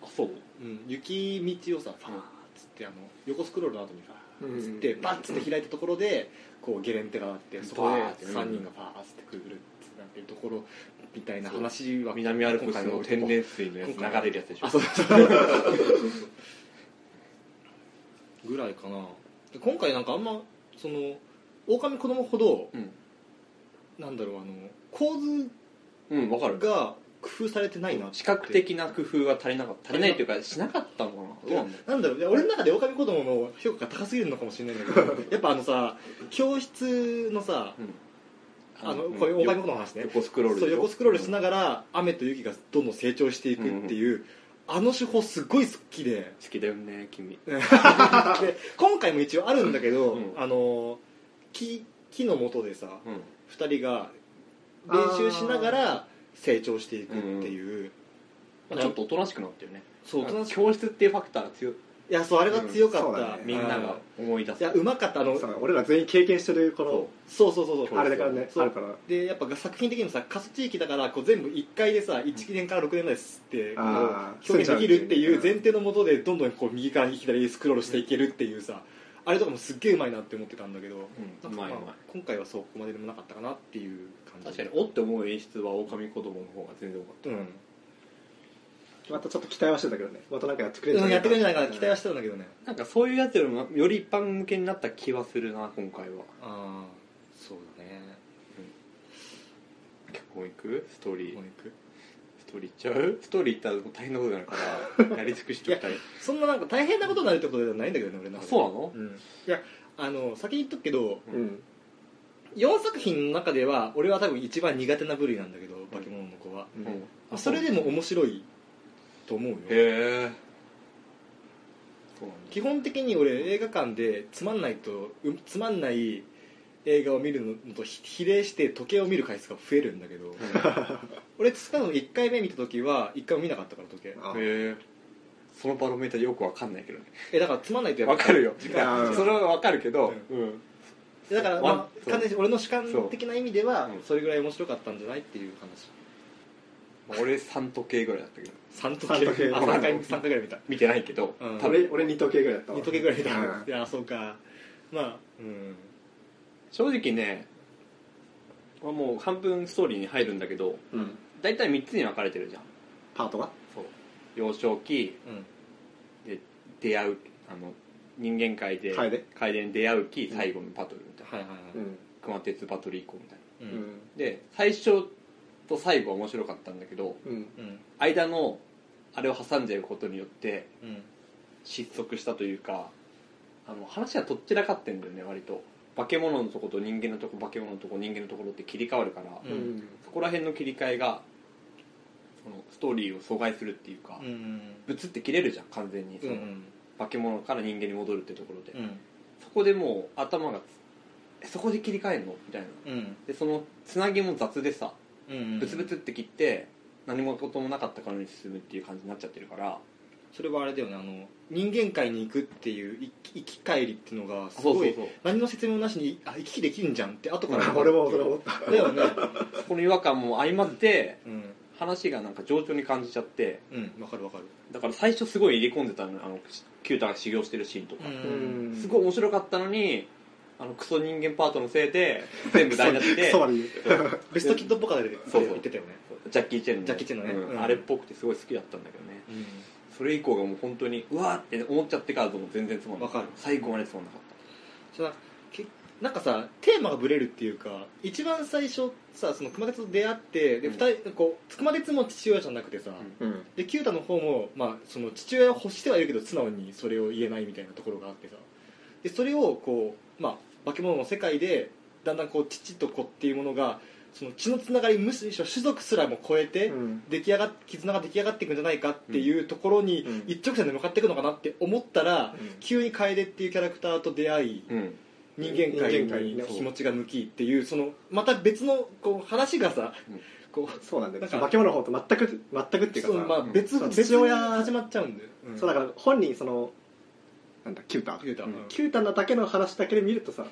[SPEAKER 3] あそう
[SPEAKER 1] うん、雪道をさファーッつってあの横スクロールの後にファーッつっ
[SPEAKER 4] う
[SPEAKER 1] て
[SPEAKER 4] ん
[SPEAKER 1] バッつって開いたところでこうゲレンテがあってそこで
[SPEAKER 3] バーッてね
[SPEAKER 1] 3人がファーッつってくるってなってるところみたいな話は
[SPEAKER 3] 南アルプスの天然水のやつ流れるやつでしょ
[SPEAKER 1] あそうそうそうぐらいかなで今回なんかあんまその狼子供ほど
[SPEAKER 3] うん
[SPEAKER 1] なんだろうあの構図
[SPEAKER 3] うんわかる
[SPEAKER 1] が工夫されてないなって
[SPEAKER 3] 視覚的な工夫が足りなかった足りないというかしなかったのかなどうなんだろ
[SPEAKER 1] なんだろういや俺の中で狼子供の評価が高すぎるのかもしれないんだ けどやっぱあのさ教室のさ
[SPEAKER 3] う、うん、
[SPEAKER 1] あの
[SPEAKER 3] うん
[SPEAKER 1] こういう狼子供の話ね
[SPEAKER 3] 横スクロール
[SPEAKER 1] そう横スクロールしな
[SPEAKER 3] な
[SPEAKER 1] がら雨と雪がどんどん成長していくっていうあの手法すっごい好き で
[SPEAKER 3] 好きだよね君
[SPEAKER 1] で今回も一応あるんだけど、
[SPEAKER 3] うん
[SPEAKER 1] あの木木の下でさ
[SPEAKER 3] うん
[SPEAKER 1] 2人が練習しながら成長していくっていう、
[SPEAKER 3] まあちょっとおとなしくなったよね
[SPEAKER 1] そう大人しい
[SPEAKER 3] 教室っていうファクターが強い
[SPEAKER 1] やそうあれが強かっ
[SPEAKER 4] うんそう
[SPEAKER 1] た、
[SPEAKER 4] だね
[SPEAKER 3] みんなが思い出
[SPEAKER 1] い
[SPEAKER 3] す
[SPEAKER 1] やうまかったあのそう
[SPEAKER 4] さ俺ら全員経験してるこ
[SPEAKER 1] そうそうそう
[SPEAKER 4] のあれだからね
[SPEAKER 1] そう
[SPEAKER 4] あるから
[SPEAKER 1] でやっぱ作品的にもさ過疎地域だからこう全部1階でさ1年から6年まですってこう
[SPEAKER 4] あー
[SPEAKER 1] 表現できるっていう
[SPEAKER 4] 住んじゃ
[SPEAKER 1] 前提のもとでどんどんこう右から左へスクロールしていけるっていうさあれとかもすっげえうまいなって思ってたんだけど、
[SPEAKER 3] う
[SPEAKER 1] なんん
[SPEAKER 3] う
[SPEAKER 1] かま
[SPEAKER 3] まいうまい
[SPEAKER 1] あ、今回はそうここまででもなかったかなっていう感じ
[SPEAKER 3] 確かにおって思う演出は狼子供の方が全然多かっ
[SPEAKER 1] うん
[SPEAKER 4] またちょっと期待はしてたけどねまたなんかやってくれ
[SPEAKER 1] う
[SPEAKER 4] る
[SPEAKER 1] ん、やってくれるんじゃないかな
[SPEAKER 4] うん
[SPEAKER 1] 期待はしてたんだけどね
[SPEAKER 3] たなんかそういうやつよりもより一般向けになった気はするな今回は
[SPEAKER 1] ああそうだね
[SPEAKER 3] 脚本いくストーリー
[SPEAKER 1] もう行く
[SPEAKER 3] ストーリーいっちゃうストーリーいったらもう大変なことになるからやり尽くしておきたい
[SPEAKER 1] そんななんか大変なことになるってことではないんだけどね俺なん
[SPEAKER 3] あ
[SPEAKER 1] か
[SPEAKER 3] そうなの
[SPEAKER 1] うんいやあの先に言っとくけど
[SPEAKER 4] うん
[SPEAKER 1] 4作品の中では俺は多分一番苦手な部類なんだけど「化け物の子は」
[SPEAKER 3] うん
[SPEAKER 4] うん
[SPEAKER 1] まあそれでも面白いと思うよ
[SPEAKER 3] へえそうなんだ
[SPEAKER 1] 基本的に俺映画館でつまんないとうつまんない映画を見るのとひ比例して時計を見る回数が増えるんだけど俺つかの1回目見た時は1回も見なかったから時計
[SPEAKER 4] あ
[SPEAKER 3] へえそのバロメーターよくわかんないけどね
[SPEAKER 1] えだからつまんないとやっぱ
[SPEAKER 3] わかるよ
[SPEAKER 1] 時
[SPEAKER 3] い
[SPEAKER 1] 間
[SPEAKER 3] やそれはわかるけどうん
[SPEAKER 1] だから、
[SPEAKER 3] わ
[SPEAKER 1] まあ、
[SPEAKER 3] そう
[SPEAKER 1] 完全に俺の主観的な意味では
[SPEAKER 3] そううん
[SPEAKER 1] それぐらい面白かったんじゃないっていう話
[SPEAKER 3] まあ俺3時計ぐらいだったけど
[SPEAKER 1] 3時
[SPEAKER 4] 三時計
[SPEAKER 1] 計あ3回3回ぐらい見た
[SPEAKER 3] 見てないけど
[SPEAKER 1] うん
[SPEAKER 3] 多分
[SPEAKER 4] 俺俺2時計ぐらいだったわ
[SPEAKER 1] 2時計ぐらい見た、
[SPEAKER 4] うん
[SPEAKER 1] いやそうかまあうん
[SPEAKER 3] 正直ねまあもう半分ストーリーに入るんだけど
[SPEAKER 4] うん
[SPEAKER 3] 大体3つに分かれてるじゃん
[SPEAKER 4] パートが
[SPEAKER 3] そう幼少期
[SPEAKER 1] うん
[SPEAKER 3] で出会うあの人間界で
[SPEAKER 4] 楓
[SPEAKER 3] 楓に出会うき最後のバトルみたいな、
[SPEAKER 1] はいはいは
[SPEAKER 4] うん
[SPEAKER 3] 熊鉄バトル以降みたいない
[SPEAKER 4] うんん
[SPEAKER 3] で最初と最後は面白かったんだけど
[SPEAKER 4] うん
[SPEAKER 1] うん
[SPEAKER 3] 間のあれを挟んじゃうことによって
[SPEAKER 1] うん
[SPEAKER 3] 失速したというかあの話がとっちらかってんだよね割と化け物のとこと人間のとこ化け物のとこ人間のところって切り替わるから、
[SPEAKER 1] うん
[SPEAKER 4] うん
[SPEAKER 3] そこら辺の切り替えがそのストーリーを阻害するっていうか、
[SPEAKER 1] うんうん
[SPEAKER 3] ぶつって切れるじゃん完全にそ
[SPEAKER 1] うんう
[SPEAKER 3] の、
[SPEAKER 1] ん
[SPEAKER 3] 化け物から人間に戻るってところで、
[SPEAKER 1] うん
[SPEAKER 3] そこでもう頭がつえそこで切り替えるのみたいな
[SPEAKER 1] うん
[SPEAKER 3] でそのつなぎも雑でさ
[SPEAKER 1] うん
[SPEAKER 3] ブツブツって切って何もこともなかったからに進むっていう感じになっちゃってるから
[SPEAKER 1] それはあれだよねあの人間界に行くっていうい生き返りっていうのがす
[SPEAKER 3] そう
[SPEAKER 1] ご
[SPEAKER 3] そう
[SPEAKER 1] い
[SPEAKER 3] そう
[SPEAKER 1] 何の説明もなしにあ行き来できんじゃんって後から
[SPEAKER 4] あ俺もそれ思った
[SPEAKER 1] だ よね
[SPEAKER 3] そこの違和感も相まって
[SPEAKER 1] うん
[SPEAKER 3] 話がなんか冗長に感じちゃって
[SPEAKER 1] うんわかるわかる
[SPEAKER 3] だから最初すごい入れ込んでたのよあのキュータが修行してるシーンとか、
[SPEAKER 1] うん
[SPEAKER 3] すごい面白かったのにあのクソ人間パートのせいで全部台無し
[SPEAKER 4] ク
[SPEAKER 3] で
[SPEAKER 4] ソ悪い
[SPEAKER 1] ベストキッドっぽかで
[SPEAKER 3] そうそう
[SPEAKER 1] 言ってたよね
[SPEAKER 3] ジャッキー・チェンの
[SPEAKER 1] ジャッキーチェンのね
[SPEAKER 3] うん
[SPEAKER 1] うん
[SPEAKER 3] あれっぽくてすごい好きだったんだけどねそれ以降がもう本当にうわーって思っちゃってからとも全然つまんない
[SPEAKER 1] わかる
[SPEAKER 3] 最後までつまんなかっ
[SPEAKER 1] そのけなんかさテーマがブレるっていうか一番最初さその熊徹と出会ってで
[SPEAKER 3] うん
[SPEAKER 1] 二人こう熊徹も父親じゃなくてさ、
[SPEAKER 3] ん
[SPEAKER 4] うん
[SPEAKER 1] で九太の方も、まあ、その父親は欲してはいるけど素直にそれを言えないみたいなところがあってさでそれをこう、まあ、化け物の世界でだんだんこう父と子っていうものがその血のつながりむしろ種族すらも超えて、
[SPEAKER 4] うん
[SPEAKER 1] 出来上がっ絆が出来上がっていくんじゃないかっていうところに
[SPEAKER 4] うん
[SPEAKER 1] 一直線で向かっていくのかなって思ったら、急に楓っていうキャラクターと出会い
[SPEAKER 3] たうん
[SPEAKER 1] 人間界
[SPEAKER 4] 人間界
[SPEAKER 1] に
[SPEAKER 4] に
[SPEAKER 1] 気持ちが向きっていうそのまた別のこう話がさ、
[SPEAKER 3] うん
[SPEAKER 1] こ
[SPEAKER 4] そうなんだよ
[SPEAKER 1] なんか
[SPEAKER 4] 化け物の方と全く全くっ
[SPEAKER 1] う
[SPEAKER 4] ていうか
[SPEAKER 1] そう
[SPEAKER 4] さ
[SPEAKER 1] まあ
[SPEAKER 3] うん
[SPEAKER 1] 別,、
[SPEAKER 4] そう
[SPEAKER 1] 父親始まっちゃうんだよ、ん
[SPEAKER 4] そうだから本人そのなんだキュータ
[SPEAKER 1] 言うた
[SPEAKER 3] うん
[SPEAKER 4] キュータなだけの話だけで見るとさ、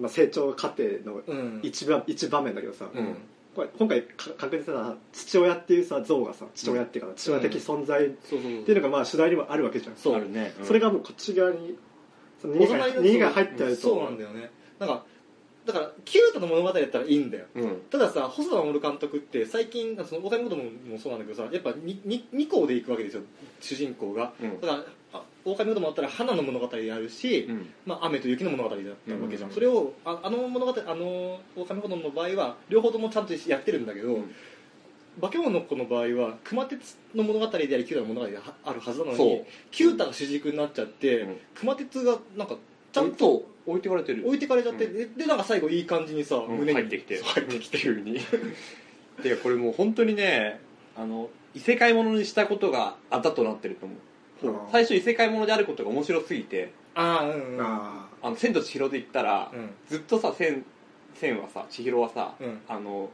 [SPEAKER 4] まあ、成長過程の
[SPEAKER 1] うん
[SPEAKER 4] 一番、一場面だけどさ、
[SPEAKER 3] うん
[SPEAKER 4] これ今回か確認したのは父親っていうさ像がさ父親っていうか父親的存在っ
[SPEAKER 1] そうそう
[SPEAKER 4] ていうのがまあ主題にもあるわけじゃん、
[SPEAKER 1] そう
[SPEAKER 3] あるね、うん
[SPEAKER 4] それがもうこっち側にその
[SPEAKER 1] お
[SPEAKER 4] 逃げ
[SPEAKER 1] 互い
[SPEAKER 4] が
[SPEAKER 1] の
[SPEAKER 4] 逃げが入ってやると
[SPEAKER 1] そうなんだよねなんかだからキュートの物語だったらいいんだよ
[SPEAKER 3] うん
[SPEAKER 1] たださ細田守監督って最近その大谷のことももそうなんだけどさやっぱ 2, 二校でいくわけですよ主人公が
[SPEAKER 3] うん
[SPEAKER 1] だからあ大谷のこともあったら花の物語であるし、
[SPEAKER 3] うん
[SPEAKER 1] まあ、雨と雪の物語だったわけじゃん、
[SPEAKER 3] うん
[SPEAKER 1] それをああの物語あの狼子供の場合は両方ともちゃんとやってるんだけど、
[SPEAKER 3] うん
[SPEAKER 1] 化け物の子の場合は熊鉄の物語であり九太の物語ではあるはずなの
[SPEAKER 3] そ
[SPEAKER 1] に
[SPEAKER 3] う
[SPEAKER 1] 九太が主軸になっちゃって、
[SPEAKER 3] うん
[SPEAKER 1] 熊鉄がなんかち
[SPEAKER 3] ちゃ
[SPEAKER 1] ゃ
[SPEAKER 3] ん
[SPEAKER 1] んと
[SPEAKER 3] と置いてかれてる
[SPEAKER 1] 置いてかれちゃって、
[SPEAKER 3] う
[SPEAKER 1] ででなんか最後いい感じにさ、
[SPEAKER 3] うん
[SPEAKER 1] 胸に
[SPEAKER 3] 入ってきて
[SPEAKER 1] そう入ってきて
[SPEAKER 3] 急に てかこれもう本当にねあの異世界ものにしたことがあだとなってると思う
[SPEAKER 4] ほう
[SPEAKER 3] 最初異世界ものであることが面白すぎて
[SPEAKER 1] ああうんうん
[SPEAKER 4] あ
[SPEAKER 3] あの千と千尋で言ったら、
[SPEAKER 1] うん
[SPEAKER 3] ずっとさ千千はさ千尋はさ、
[SPEAKER 1] うん
[SPEAKER 3] あの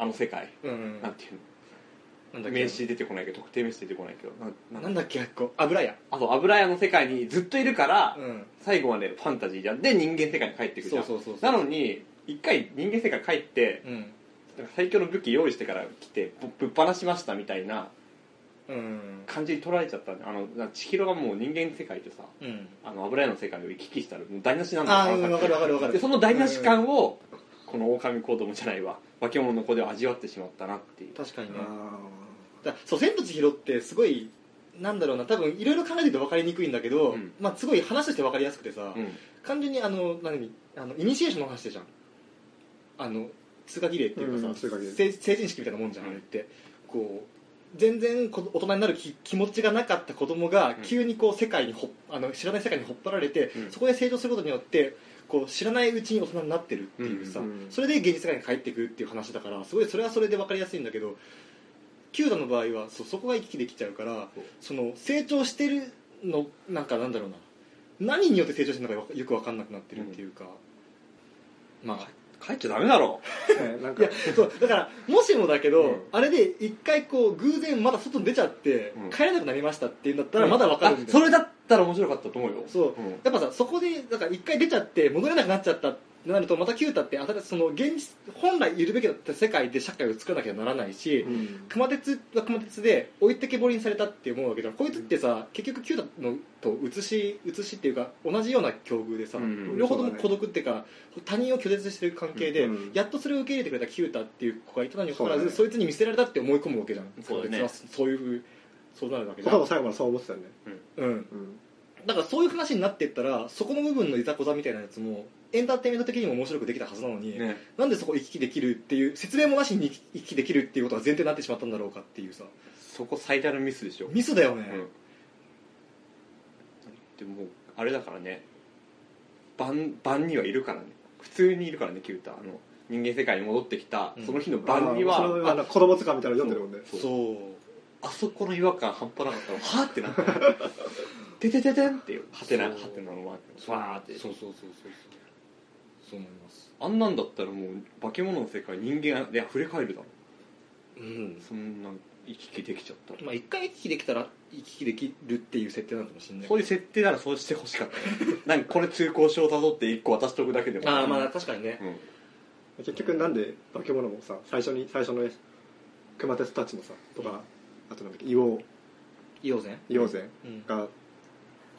[SPEAKER 3] あの世界、
[SPEAKER 1] うんうん
[SPEAKER 3] なんていう
[SPEAKER 1] なんだっ
[SPEAKER 3] の
[SPEAKER 1] け
[SPEAKER 3] 名詞出てこないけど特定名詞出てこないけどな
[SPEAKER 1] なんだっけこう油屋
[SPEAKER 3] あと油屋の世界にずっといるから、
[SPEAKER 1] うん
[SPEAKER 3] 最後までファンタジーじゃんで人間世界に帰ってくるじ
[SPEAKER 1] そ
[SPEAKER 3] ゃ
[SPEAKER 1] うんそうそうそう
[SPEAKER 3] なのに一回人間世界帰って、
[SPEAKER 1] うん
[SPEAKER 3] なんか最強の武器用意してから来てぶぶっ放しましたみたいな
[SPEAKER 1] うん
[SPEAKER 3] 感じに取られちゃったんであのな千尋がもう人間世界とさ
[SPEAKER 1] うん
[SPEAKER 3] あの油屋の世界を行き来したらもう台無しなんだ
[SPEAKER 1] ああ
[SPEAKER 3] よ
[SPEAKER 1] うんわかるわかるわかる
[SPEAKER 3] でその台無し感を、この狼子供じゃないわ化け物の子では味わってしまったなっていう
[SPEAKER 1] 確かに
[SPEAKER 4] ー
[SPEAKER 1] ね
[SPEAKER 4] あ
[SPEAKER 1] だそう「千と千尋」ってすごいなんだろうな多分いろいろ考えてると分かりにくいんだけど、
[SPEAKER 3] うん
[SPEAKER 1] まあ、すごい話として分かりやすくてさ、
[SPEAKER 3] うん
[SPEAKER 1] 完全にあの何あのイニシエーションの話でじゃんあの通過儀礼っていうかさ、
[SPEAKER 4] うん通過儀礼
[SPEAKER 1] せ成人式みたいなもんじゃん、あれってこう全然こ大人になる気気持ちがなかった子供が
[SPEAKER 3] うん
[SPEAKER 1] 急にこう世界にほっあの知らない世界にほっ張られて、
[SPEAKER 3] うん
[SPEAKER 1] そこで成長することによってこう知らないうちに大人になってるっていうさ、
[SPEAKER 3] うんうんうん
[SPEAKER 1] それで現実世界に帰ってくるっていう話だからすごいそれはそれで分かりやすいんだけどキューダの場合はそうそこが行き来できちゃうからその成長してるのなんかなんだろうな何によって成長してるのかよく分かんなくなってるっていうか、まあ
[SPEAKER 3] 帰っちゃダメだろ
[SPEAKER 4] ねなん
[SPEAKER 1] い
[SPEAKER 4] か
[SPEAKER 1] やそうだからもしもだけど、
[SPEAKER 3] うん
[SPEAKER 1] あれで一回こう偶然まだ外に出ちゃって、
[SPEAKER 3] うん
[SPEAKER 1] 帰れなくなりましたっていうんだったらまだわかるん
[SPEAKER 3] あ
[SPEAKER 1] だ
[SPEAKER 3] そ
[SPEAKER 1] よ、
[SPEAKER 3] れだったら面白かったと思うよ
[SPEAKER 1] そう
[SPEAKER 3] うん
[SPEAKER 1] やっぱさそこでだから一回出ちゃって戻れなくなっちゃったってなるとまたキュータって新しいその現実本来いるべきだった世界で社会を作らなきゃならないし、
[SPEAKER 4] うん
[SPEAKER 1] 熊徹は熊徹で置いてけぼりにされたって思うわけじゃんこいつってさ結局キュータのと写し写しっていうか同じような境遇でさ、
[SPEAKER 3] うん
[SPEAKER 1] 両方とも孤独っていうか他人を拒絶してる関係で、
[SPEAKER 4] うん
[SPEAKER 1] やっとそれを受け入れてくれたキュータっていう子がいたのにもかかわらず
[SPEAKER 4] そう
[SPEAKER 1] そ,、
[SPEAKER 4] だね
[SPEAKER 1] いつに見捨てられたって思い込むわけじゃん
[SPEAKER 3] そうだね
[SPEAKER 1] 熊徹はそういうふうそうなるわけじゃ
[SPEAKER 4] 僕
[SPEAKER 1] ん
[SPEAKER 4] も、最後までそう思ってたよね
[SPEAKER 1] うん、
[SPEAKER 4] うん
[SPEAKER 1] だからそういう話になってったらそこの部分のいざこざみたいなやつもエンターテインメント的にも面白くできたはずなのに、
[SPEAKER 3] ね
[SPEAKER 1] なんでそこ行き来できるっていう説明もなしに行き来できるっていうことが前提になってしまったんだろうかっていうさ
[SPEAKER 3] そこ最大のミスでしょ
[SPEAKER 1] ミスだよね、
[SPEAKER 3] でもあれだからね晩晩にはいるからね普通にいるからねキュータあの人間世界に戻ってきた、
[SPEAKER 1] うん
[SPEAKER 3] その日の晩には
[SPEAKER 4] あーそれはあの子供図鑑みたいなの読んでるもんね
[SPEAKER 3] そう
[SPEAKER 1] そう
[SPEAKER 3] あそこの違和感半端なかったのはーってなって「ててててん」っていうはてな
[SPEAKER 1] そ
[SPEAKER 3] は
[SPEAKER 1] う
[SPEAKER 3] てなのマークわーって
[SPEAKER 1] そうそうそうそうそうそう思います
[SPEAKER 3] あんなんだったらもう化け物の世界人間で溢れ返るだろ
[SPEAKER 1] うん
[SPEAKER 3] そんな行き来できちゃったら
[SPEAKER 1] まあ一回行き来できたら行き来できるっていう設定なのかもしれない
[SPEAKER 3] そういう設定ならそうしてほしかったねなんかこれ通行証をたどって1個渡しとくだけでも
[SPEAKER 1] ああまあ確かにね
[SPEAKER 3] うん
[SPEAKER 4] 結局なんで化け物もさ最初に最初のね熊徹たちもさとかあとなんだっけ硫
[SPEAKER 1] イオゼン
[SPEAKER 4] 黄硫黄禅
[SPEAKER 1] うんあ
[SPEAKER 4] が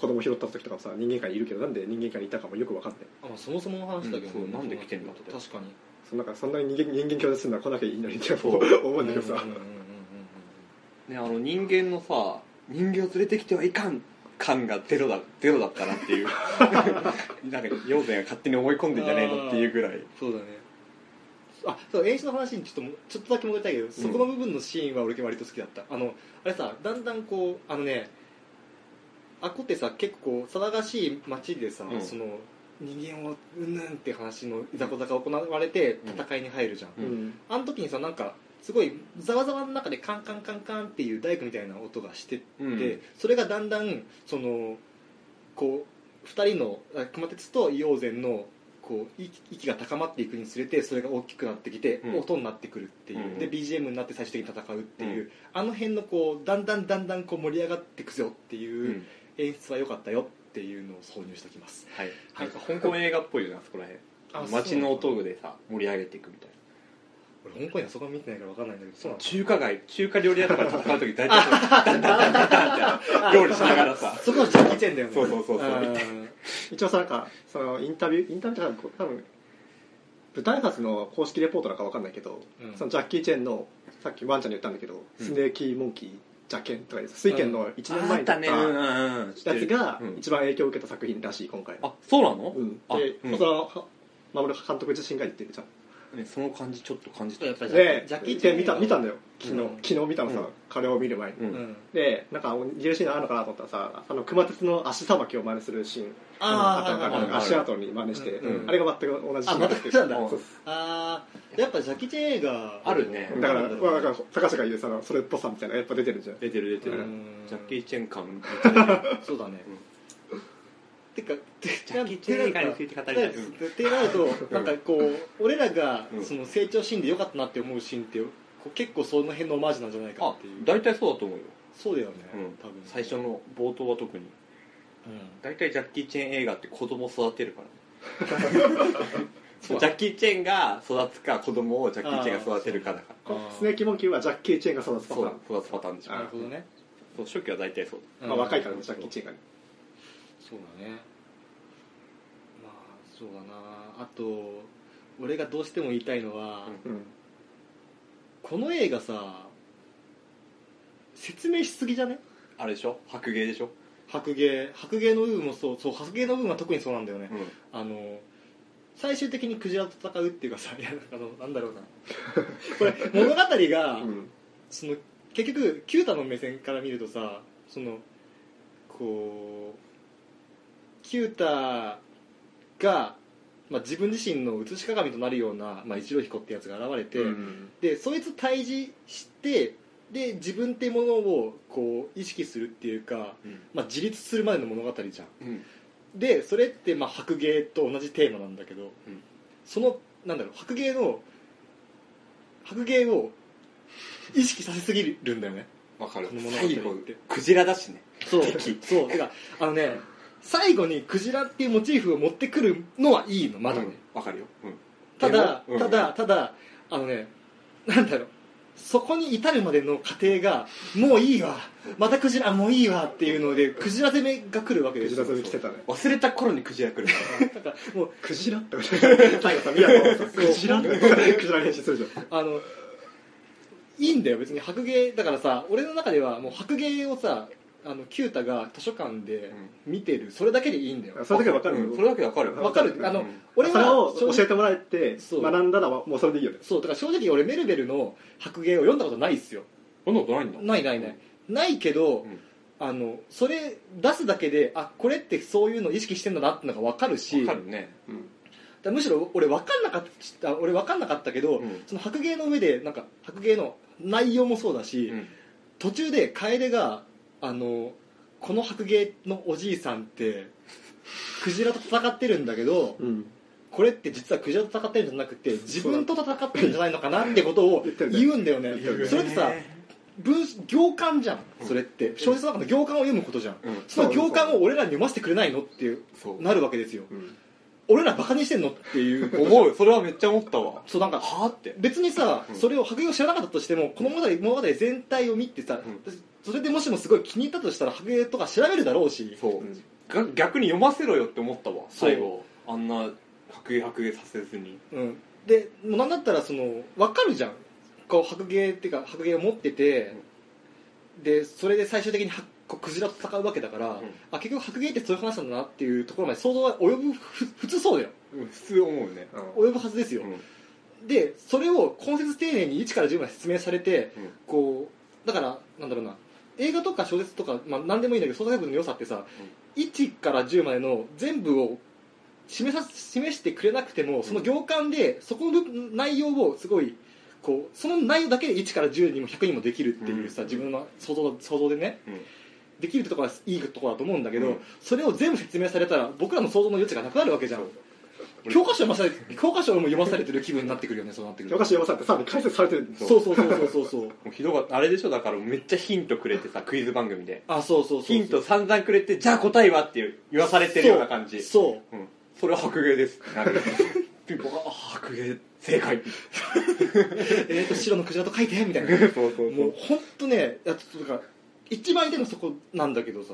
[SPEAKER 4] 子供拾った時とかもさ人間界にいるけどなんで人間界にいたかもよく分かんない
[SPEAKER 1] まあそもそもの話だけどね、
[SPEAKER 3] うんそうなんで来てんだって
[SPEAKER 1] 確かに
[SPEAKER 4] そのなんかそんなに人間人間共通するのは来なきゃいいのにって思う思うんだけどさ
[SPEAKER 1] うんうんうんうんうん
[SPEAKER 3] ね、あの人間のさ人間を連れてきてはいかん感がゼロだゼロだったなっていうなんか陽然が勝手に思い込んでんじゃねえのっていうぐらい
[SPEAKER 1] そうだねあそう演出の話にちょっともちょっとだけ戻りたいけど、そこの部分のシーンは俺割と好きだったあのあれさだんだんこうあのねあっこってさ結構こう騒がしい街でさ、
[SPEAKER 3] うん
[SPEAKER 1] その人間をうんぬんって話のいざこざが行われて
[SPEAKER 3] うん
[SPEAKER 1] 戦いに入るじゃん、
[SPEAKER 3] うん
[SPEAKER 1] あの時にさなんかすごいざわざわの中でカンカンカンカンっていう大工みたいな音がして
[SPEAKER 3] うん
[SPEAKER 1] で、それがだんだんそのこう2人のあ熊徹と硫黄禅のこう息息が高まっていくにつれてそれが大きくなってきて、
[SPEAKER 3] うん
[SPEAKER 1] 音になってくるっていう、
[SPEAKER 3] うん
[SPEAKER 1] で BGM になって最終的に戦うっていう、
[SPEAKER 3] う
[SPEAKER 1] あの辺のこうだんだんだんだんこう盛り上がっていくぞって
[SPEAKER 3] う
[SPEAKER 1] いうん演出は良かったよっていうのを挿入しておきます、
[SPEAKER 3] はい、
[SPEAKER 1] はい
[SPEAKER 3] なんか香港映画っぽいよなそこら
[SPEAKER 1] あ
[SPEAKER 3] 辺街の音でさ盛り上げていくみたいな
[SPEAKER 1] 俺香港にはそこは見てないから分かんないんだけどそうなんだ
[SPEAKER 3] 中華街中華料理屋とかで戦う時大体そうダンダンダンダンダンって料理しながらさ
[SPEAKER 1] そこはジャッキーチェンだよね
[SPEAKER 3] そうそうそうそう
[SPEAKER 1] あー
[SPEAKER 4] 一応さなんかそのインタビューインタビューって多分多分舞台挨拶の公式レポートなんか分かんないけど、
[SPEAKER 1] うん
[SPEAKER 4] そのジャッキー・チェンのさっきワンちゃんに言ったんだけど、
[SPEAKER 3] うん
[SPEAKER 4] スネーキー・モンキージャケンとかで水拳の1年前に撮
[SPEAKER 3] だ
[SPEAKER 4] っ
[SPEAKER 3] ねうん
[SPEAKER 4] た
[SPEAKER 3] うんうん知って
[SPEAKER 4] やつ
[SPEAKER 3] る
[SPEAKER 4] が
[SPEAKER 3] うん
[SPEAKER 4] 一番影響を受けた作品らしい今回の
[SPEAKER 3] あそうなの
[SPEAKER 4] う、ん
[SPEAKER 3] あ
[SPEAKER 4] で、
[SPEAKER 3] うん
[SPEAKER 4] そのは守監督自身が言ってるじゃん
[SPEAKER 3] ねその感じちょっと感じた
[SPEAKER 1] やっぱり
[SPEAKER 4] で
[SPEAKER 1] ジャッキー
[SPEAKER 4] で
[SPEAKER 1] チェン
[SPEAKER 4] 見た見たんだよ昨日、
[SPEAKER 1] うん
[SPEAKER 4] 昨日見たのさ、
[SPEAKER 3] うん
[SPEAKER 4] 彼を見る前に、
[SPEAKER 3] うん
[SPEAKER 1] うん
[SPEAKER 4] でなんか似るシーンあるのかなと思ったらさあの熊徹の足さばきを真似するシーン
[SPEAKER 1] あー
[SPEAKER 4] ったの
[SPEAKER 1] はいはい
[SPEAKER 4] か
[SPEAKER 1] はい
[SPEAKER 4] な足跡に真似して、
[SPEAKER 3] うん
[SPEAKER 4] あれが全く同じシーンなんですけ
[SPEAKER 1] あ全
[SPEAKER 4] ど
[SPEAKER 1] くなん
[SPEAKER 4] そう
[SPEAKER 1] あーやっぱジャッキーチェン映画
[SPEAKER 3] あるね
[SPEAKER 4] だから、
[SPEAKER 1] なんろう
[SPEAKER 4] まあ、だから高橋が言うさそれっぽさみたいなのがやっぱ出てるじゃん
[SPEAKER 3] 出てる出て
[SPEAKER 1] う
[SPEAKER 3] る
[SPEAKER 1] ん
[SPEAKER 3] ジャッキー・チェン感めっちゃ出てる
[SPEAKER 1] そうだね、
[SPEAKER 3] うん
[SPEAKER 1] てかて
[SPEAKER 3] ジャッキー・チェン映画について語りたいうん
[SPEAKER 1] ってなるとなんかこう俺らが
[SPEAKER 3] うん
[SPEAKER 1] その成長シーンで良かったなって思うシーンってこう結構その辺のオマージュなんじゃないか
[SPEAKER 3] あ
[SPEAKER 1] っていう
[SPEAKER 3] 大体そうだと思うよ、
[SPEAKER 1] そうだよね、
[SPEAKER 3] うん
[SPEAKER 1] 多分
[SPEAKER 3] 最初、の冒頭は特に
[SPEAKER 1] うん
[SPEAKER 3] 大体ジャッキー・チェン映画って子供育てるからね
[SPEAKER 1] そうだ
[SPEAKER 3] ジャッキー・チェンが育つか子供をジャッキー・チェンが育てるかだから
[SPEAKER 1] あー
[SPEAKER 4] スネーキーモンキーはジャッキー・チェンが育つパタ
[SPEAKER 3] そ
[SPEAKER 4] ー
[SPEAKER 3] う
[SPEAKER 4] ン、
[SPEAKER 3] 育つパターンでしょ
[SPEAKER 1] なるほどね、
[SPEAKER 3] そう初期は大体そう
[SPEAKER 1] うん
[SPEAKER 4] まあ、若いからねジャッキー・チェンがね
[SPEAKER 1] そうだねまあそうだなあと俺がどうしても言いたいのは、
[SPEAKER 3] うん
[SPEAKER 4] うん
[SPEAKER 1] この映画さ説明しすぎじゃね
[SPEAKER 3] あれでしょ白芸でしょ、
[SPEAKER 1] 白芸白芸の部分もそうそう白芸の部分は特にそうなんだよね、
[SPEAKER 3] う
[SPEAKER 1] あの最終的にクジラと戦うっていうかさいやあのなんだろうなこれ物語が、
[SPEAKER 4] うん
[SPEAKER 1] その結局九太の目線から見るとさそのこう九太がまあ、自分自身の写し鏡となるような、まあ、一郎彦ってやつが現れて、
[SPEAKER 3] うん
[SPEAKER 1] でそいつ対峙してで自分ってものをこう意識するっていうか、まあ、自立するまでの物語じゃん
[SPEAKER 3] うん
[SPEAKER 1] でそれってまあ白芸と同じテーマなんだけど、
[SPEAKER 3] うん
[SPEAKER 1] そのなんだろう白芸の白芸を意識させすぎるんだよね
[SPEAKER 3] わかる
[SPEAKER 1] この物語って
[SPEAKER 3] 最後クジラだしね
[SPEAKER 1] そう そうてかあのね最後にクジラっていうモチーフを持ってくるのはいいのまだね、
[SPEAKER 3] うんわかるようん
[SPEAKER 1] ただ、
[SPEAKER 3] でもう
[SPEAKER 1] た
[SPEAKER 3] ん
[SPEAKER 1] だただあのねなんだろうそこに至るまでの過程がもういいわまたクジラもういいわっていうのでクジラ攻めが来るわけで
[SPEAKER 4] ク
[SPEAKER 1] す
[SPEAKER 4] ジ
[SPEAKER 1] よ
[SPEAKER 4] ラ攻め来てたね
[SPEAKER 3] 忘れた頃にクジラ来る
[SPEAKER 1] だからもう
[SPEAKER 4] クジラって最後さミラノクジラってクジラ練習するじゃん
[SPEAKER 1] あのいいんだよ別に白芸だからさ俺の中ではもう白芸をさあのキュータが図書館で見てるそれだけでいいんだよ、
[SPEAKER 4] その時は分かる
[SPEAKER 3] うんそれだけでわかる
[SPEAKER 1] わかるあの、
[SPEAKER 3] うん
[SPEAKER 1] 俺
[SPEAKER 4] それ
[SPEAKER 1] は
[SPEAKER 4] を
[SPEAKER 1] 正直
[SPEAKER 4] 教えてもらえて
[SPEAKER 1] そう
[SPEAKER 4] 学んだらもうそれでいいよね
[SPEAKER 1] そうだから正直俺メルベルの白芸を読んだことないっすよ
[SPEAKER 3] そんなことないんだ
[SPEAKER 1] ないないないないけど、
[SPEAKER 3] うん
[SPEAKER 1] あのそれ出すだけであこれってそういうの意識してんだなってのが分かるし
[SPEAKER 3] わかるねうん
[SPEAKER 1] だからむしろ俺分かんなかったあ俺分かんなかったけど、
[SPEAKER 3] うん
[SPEAKER 1] その白芸の上でなんか白芸の内容もそうだし、
[SPEAKER 3] うん
[SPEAKER 1] 途中で楓があのこの白芸のおじいさんってクジラと戦ってるんだけど、
[SPEAKER 4] うん
[SPEAKER 1] これって実はクジラと戦ってるんじゃなくて自分と戦ってるんじゃないのかなってことを
[SPEAKER 4] 言ってるね
[SPEAKER 1] 言うんだよね
[SPEAKER 4] 言ってるね
[SPEAKER 1] それってさ文行間じゃんそれって小説の中の行間を読むことじゃん
[SPEAKER 3] うん
[SPEAKER 1] その行間を俺らに読ませてくれないのっていう
[SPEAKER 3] そう
[SPEAKER 1] なるわけですよ
[SPEAKER 3] うん
[SPEAKER 1] 俺らバカにしてんのっていう
[SPEAKER 3] 思うそれはめっちゃ思ったわ
[SPEAKER 1] そうなんか
[SPEAKER 3] はあって
[SPEAKER 1] 別にさ、
[SPEAKER 3] うん
[SPEAKER 1] それを白芸を知らなかったとしてもこの物語物語全体を見てさ、
[SPEAKER 3] うん
[SPEAKER 1] それでもしもすごい気に入ったとしたら白芸とか調べるだろうし
[SPEAKER 3] そう
[SPEAKER 4] うん
[SPEAKER 3] が逆に読ませろよって思ったわ
[SPEAKER 1] そう
[SPEAKER 3] 最後あんな白衣白衣させずに
[SPEAKER 1] うん、でもうなんだったらその分かるじゃんこう白芸っていうか白芸を持ってて、でそれで最終的にはこうクジラと戦うわけだから、
[SPEAKER 3] ん
[SPEAKER 1] あ結局白芸ってそういう話なんだなっていうところまで想像は及ぶふ普通そうだよ
[SPEAKER 3] うん普通思うね
[SPEAKER 1] 及ぶはずですよ、でそれを根節丁寧に1から10まで説明されて、
[SPEAKER 3] うん
[SPEAKER 1] こうだからなんだろうな映画とか小説とか、まあ、何でもいいんだけど創作物の良さってさ、1から10までの全部を示さ示してくれなくてもその行間でそこの部内容をすごいこうその内容だけで1から10にも100にもできるっていうさ、
[SPEAKER 3] うん
[SPEAKER 1] 自分の想像想像でね
[SPEAKER 3] うん
[SPEAKER 1] できるってところはいいところだと思うんだけど、
[SPEAKER 3] うん
[SPEAKER 1] それを全部説明されたら僕らの想像の余地がなくなるわけじゃん教科書読まされ教科書を読まされてる気分になってくるよねそうなってくる
[SPEAKER 4] 教
[SPEAKER 1] と
[SPEAKER 4] 科書読まされてさらに解説されてる
[SPEAKER 1] そうそうそうそうそうそう
[SPEAKER 3] もうひどかったあれでしょだからめっちゃヒントくれてさクイズ番組で
[SPEAKER 1] あそうそうそうそう
[SPEAKER 3] ヒント散々くれてじゃあ答えはっていう言わされてるような感じ
[SPEAKER 1] そう
[SPEAKER 3] うんそれは白芸ですってな るピンポンあ白芸正解
[SPEAKER 1] そうえっ、と白のクジラと書いてみたいな
[SPEAKER 3] そうそうそう
[SPEAKER 1] もう本当ねやつとか一番痛いのはそこなんだけどさ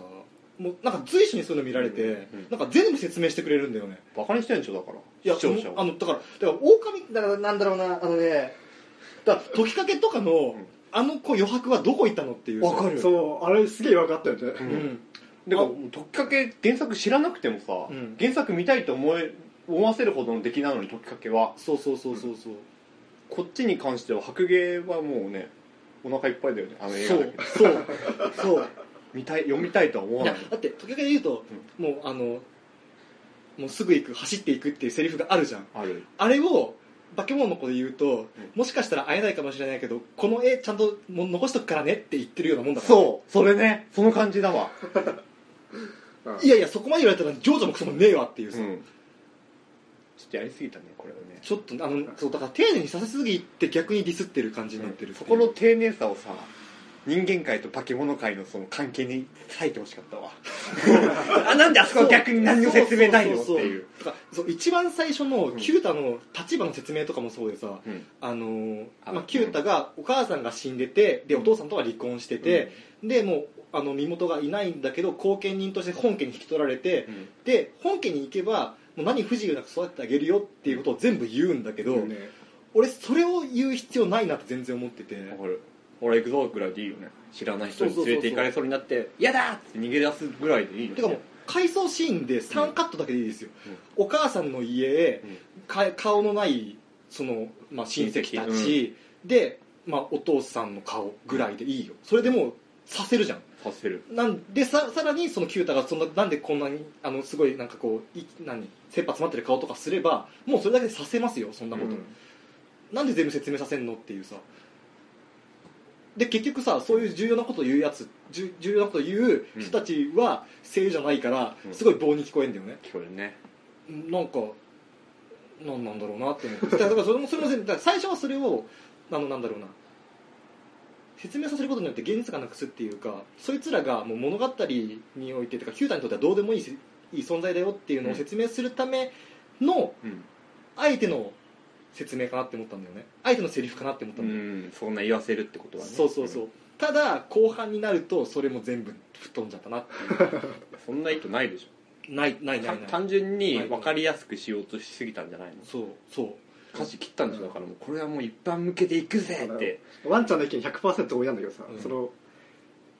[SPEAKER 1] もうなんか随所にそういうの見られて、
[SPEAKER 3] うんうん
[SPEAKER 1] なんか全部説明してくれるんだよね
[SPEAKER 3] バカにしてんでしょだから
[SPEAKER 1] いや
[SPEAKER 3] 視聴者
[SPEAKER 1] もうあ
[SPEAKER 3] を
[SPEAKER 1] のだからだから狼だからなんだろうなあのねだから解きかけとかの、
[SPEAKER 3] ん
[SPEAKER 1] あの子余白はどこ行ったのっていうさ
[SPEAKER 3] わかる
[SPEAKER 4] そうあれすげえ分かったよね
[SPEAKER 3] う
[SPEAKER 1] うんん
[SPEAKER 3] だから解きかけ原作知らなくてもさ
[SPEAKER 1] うん
[SPEAKER 3] 原作見たいと思え思わせるほどの出来なのに解きかけは
[SPEAKER 1] そうそうそうそうそう
[SPEAKER 3] こっちに関しては白芸はもうねお腹いっぱいだよねあの映
[SPEAKER 1] そ
[SPEAKER 3] 画だ
[SPEAKER 1] う
[SPEAKER 3] けど
[SPEAKER 1] そうそう
[SPEAKER 3] 見たい読みたいとは思わ
[SPEAKER 1] い
[SPEAKER 3] な
[SPEAKER 1] や
[SPEAKER 3] い
[SPEAKER 1] だって時々で言うと、もうあのもうすぐ行く走っていくっていうセリフがあるじゃん
[SPEAKER 3] ある
[SPEAKER 1] あれを化け物の子で言うと、もしかしたら会えないかもしれないけどこの絵ちゃんともう残しとくからねって言ってるようなもんだから
[SPEAKER 3] そうそれねその感じだわ
[SPEAKER 1] いやいやそこまで言われたら情緒もクソもねえわっていうさ、
[SPEAKER 3] んちょっとやりすぎたねこれはね
[SPEAKER 1] ちょっとあのそうだから丁寧にさせすぎて逆にディスってる感じになってるって
[SPEAKER 3] そ
[SPEAKER 1] いう
[SPEAKER 3] この丁寧さをさ人間界と化け物界のその関係に割いてほし かったわ あなんであそこは逆に何の説明ないのって
[SPEAKER 1] そそそ
[SPEAKER 3] いう
[SPEAKER 1] とかそう一番最初の
[SPEAKER 3] ん
[SPEAKER 1] キュータの立場の説明とかもそうでさ、
[SPEAKER 3] うん
[SPEAKER 1] あのー
[SPEAKER 3] あ
[SPEAKER 1] まあ、キュータがお母さんが死んでてでお父さんとは離婚してて、でもうあの身元がいないんだけど後見人として本家に引き取られて、
[SPEAKER 3] うん
[SPEAKER 1] で本家に行けばもう何不自由なく育ててあげるよっていうことを全部言うんだけど、
[SPEAKER 4] ね
[SPEAKER 1] 俺それを言う必要ないなって全然思ってて
[SPEAKER 3] わかる俺行くぞぐらいでいいよね知らない人に連れて行かれそうになって「嫌だ!」って逃げ出すぐらいでいいよね
[SPEAKER 1] てかもう回想シーンで3カットだけでいいですよ、お母さんの家へ
[SPEAKER 3] うん
[SPEAKER 1] か顔のないその、まあ、親戚たち、で、まあ、お父さんの顔ぐらいでいいよそれでもうさせるじゃん
[SPEAKER 3] パセル
[SPEAKER 1] なんでささらにその九太がそんななんでこんなにあのすごいなんかこうい何切羽詰まってる顔とかすればもうそれだけでさせますよそんなこと、なんで全部説明させんのっていうさで結局さそういう重要なことを言うやつ重重要なことを言う人たちは声優じゃないから、
[SPEAKER 3] うん
[SPEAKER 1] すごい棒に聞こえんだよね、
[SPEAKER 3] 聞こえるね
[SPEAKER 1] なんかなんなんだろうなって思ってだからだからそれもそれも全部だから最初はそれをあのなんだろうな説明させることによって現実感なくすっていうかそいつらがもう物語においてとか九太にとってはどうでもいいしいい存在だよっていうのを説明するための
[SPEAKER 3] うん、
[SPEAKER 1] 相手の説明かなって思ったんだよね相手のセリフかなって思った
[SPEAKER 3] うん
[SPEAKER 1] だよね
[SPEAKER 3] ん、そんな言わせるってことはね
[SPEAKER 1] そうそうそう、ただ後半になるとそれも全部吹っ飛んじゃったなって
[SPEAKER 3] うんそんな意図ないでしょ
[SPEAKER 1] ない ないない
[SPEAKER 3] た
[SPEAKER 1] ない
[SPEAKER 3] 単純に分かりやすくしようとしすぎたんじゃないの
[SPEAKER 1] そうそう
[SPEAKER 3] 舵切ったんでしょだからもうこれはもう一般向けていくぜ
[SPEAKER 4] そう
[SPEAKER 3] っ
[SPEAKER 4] だ
[SPEAKER 3] て
[SPEAKER 4] よワンちゃんの意見100%同意なんだけどさ、
[SPEAKER 1] うん
[SPEAKER 4] その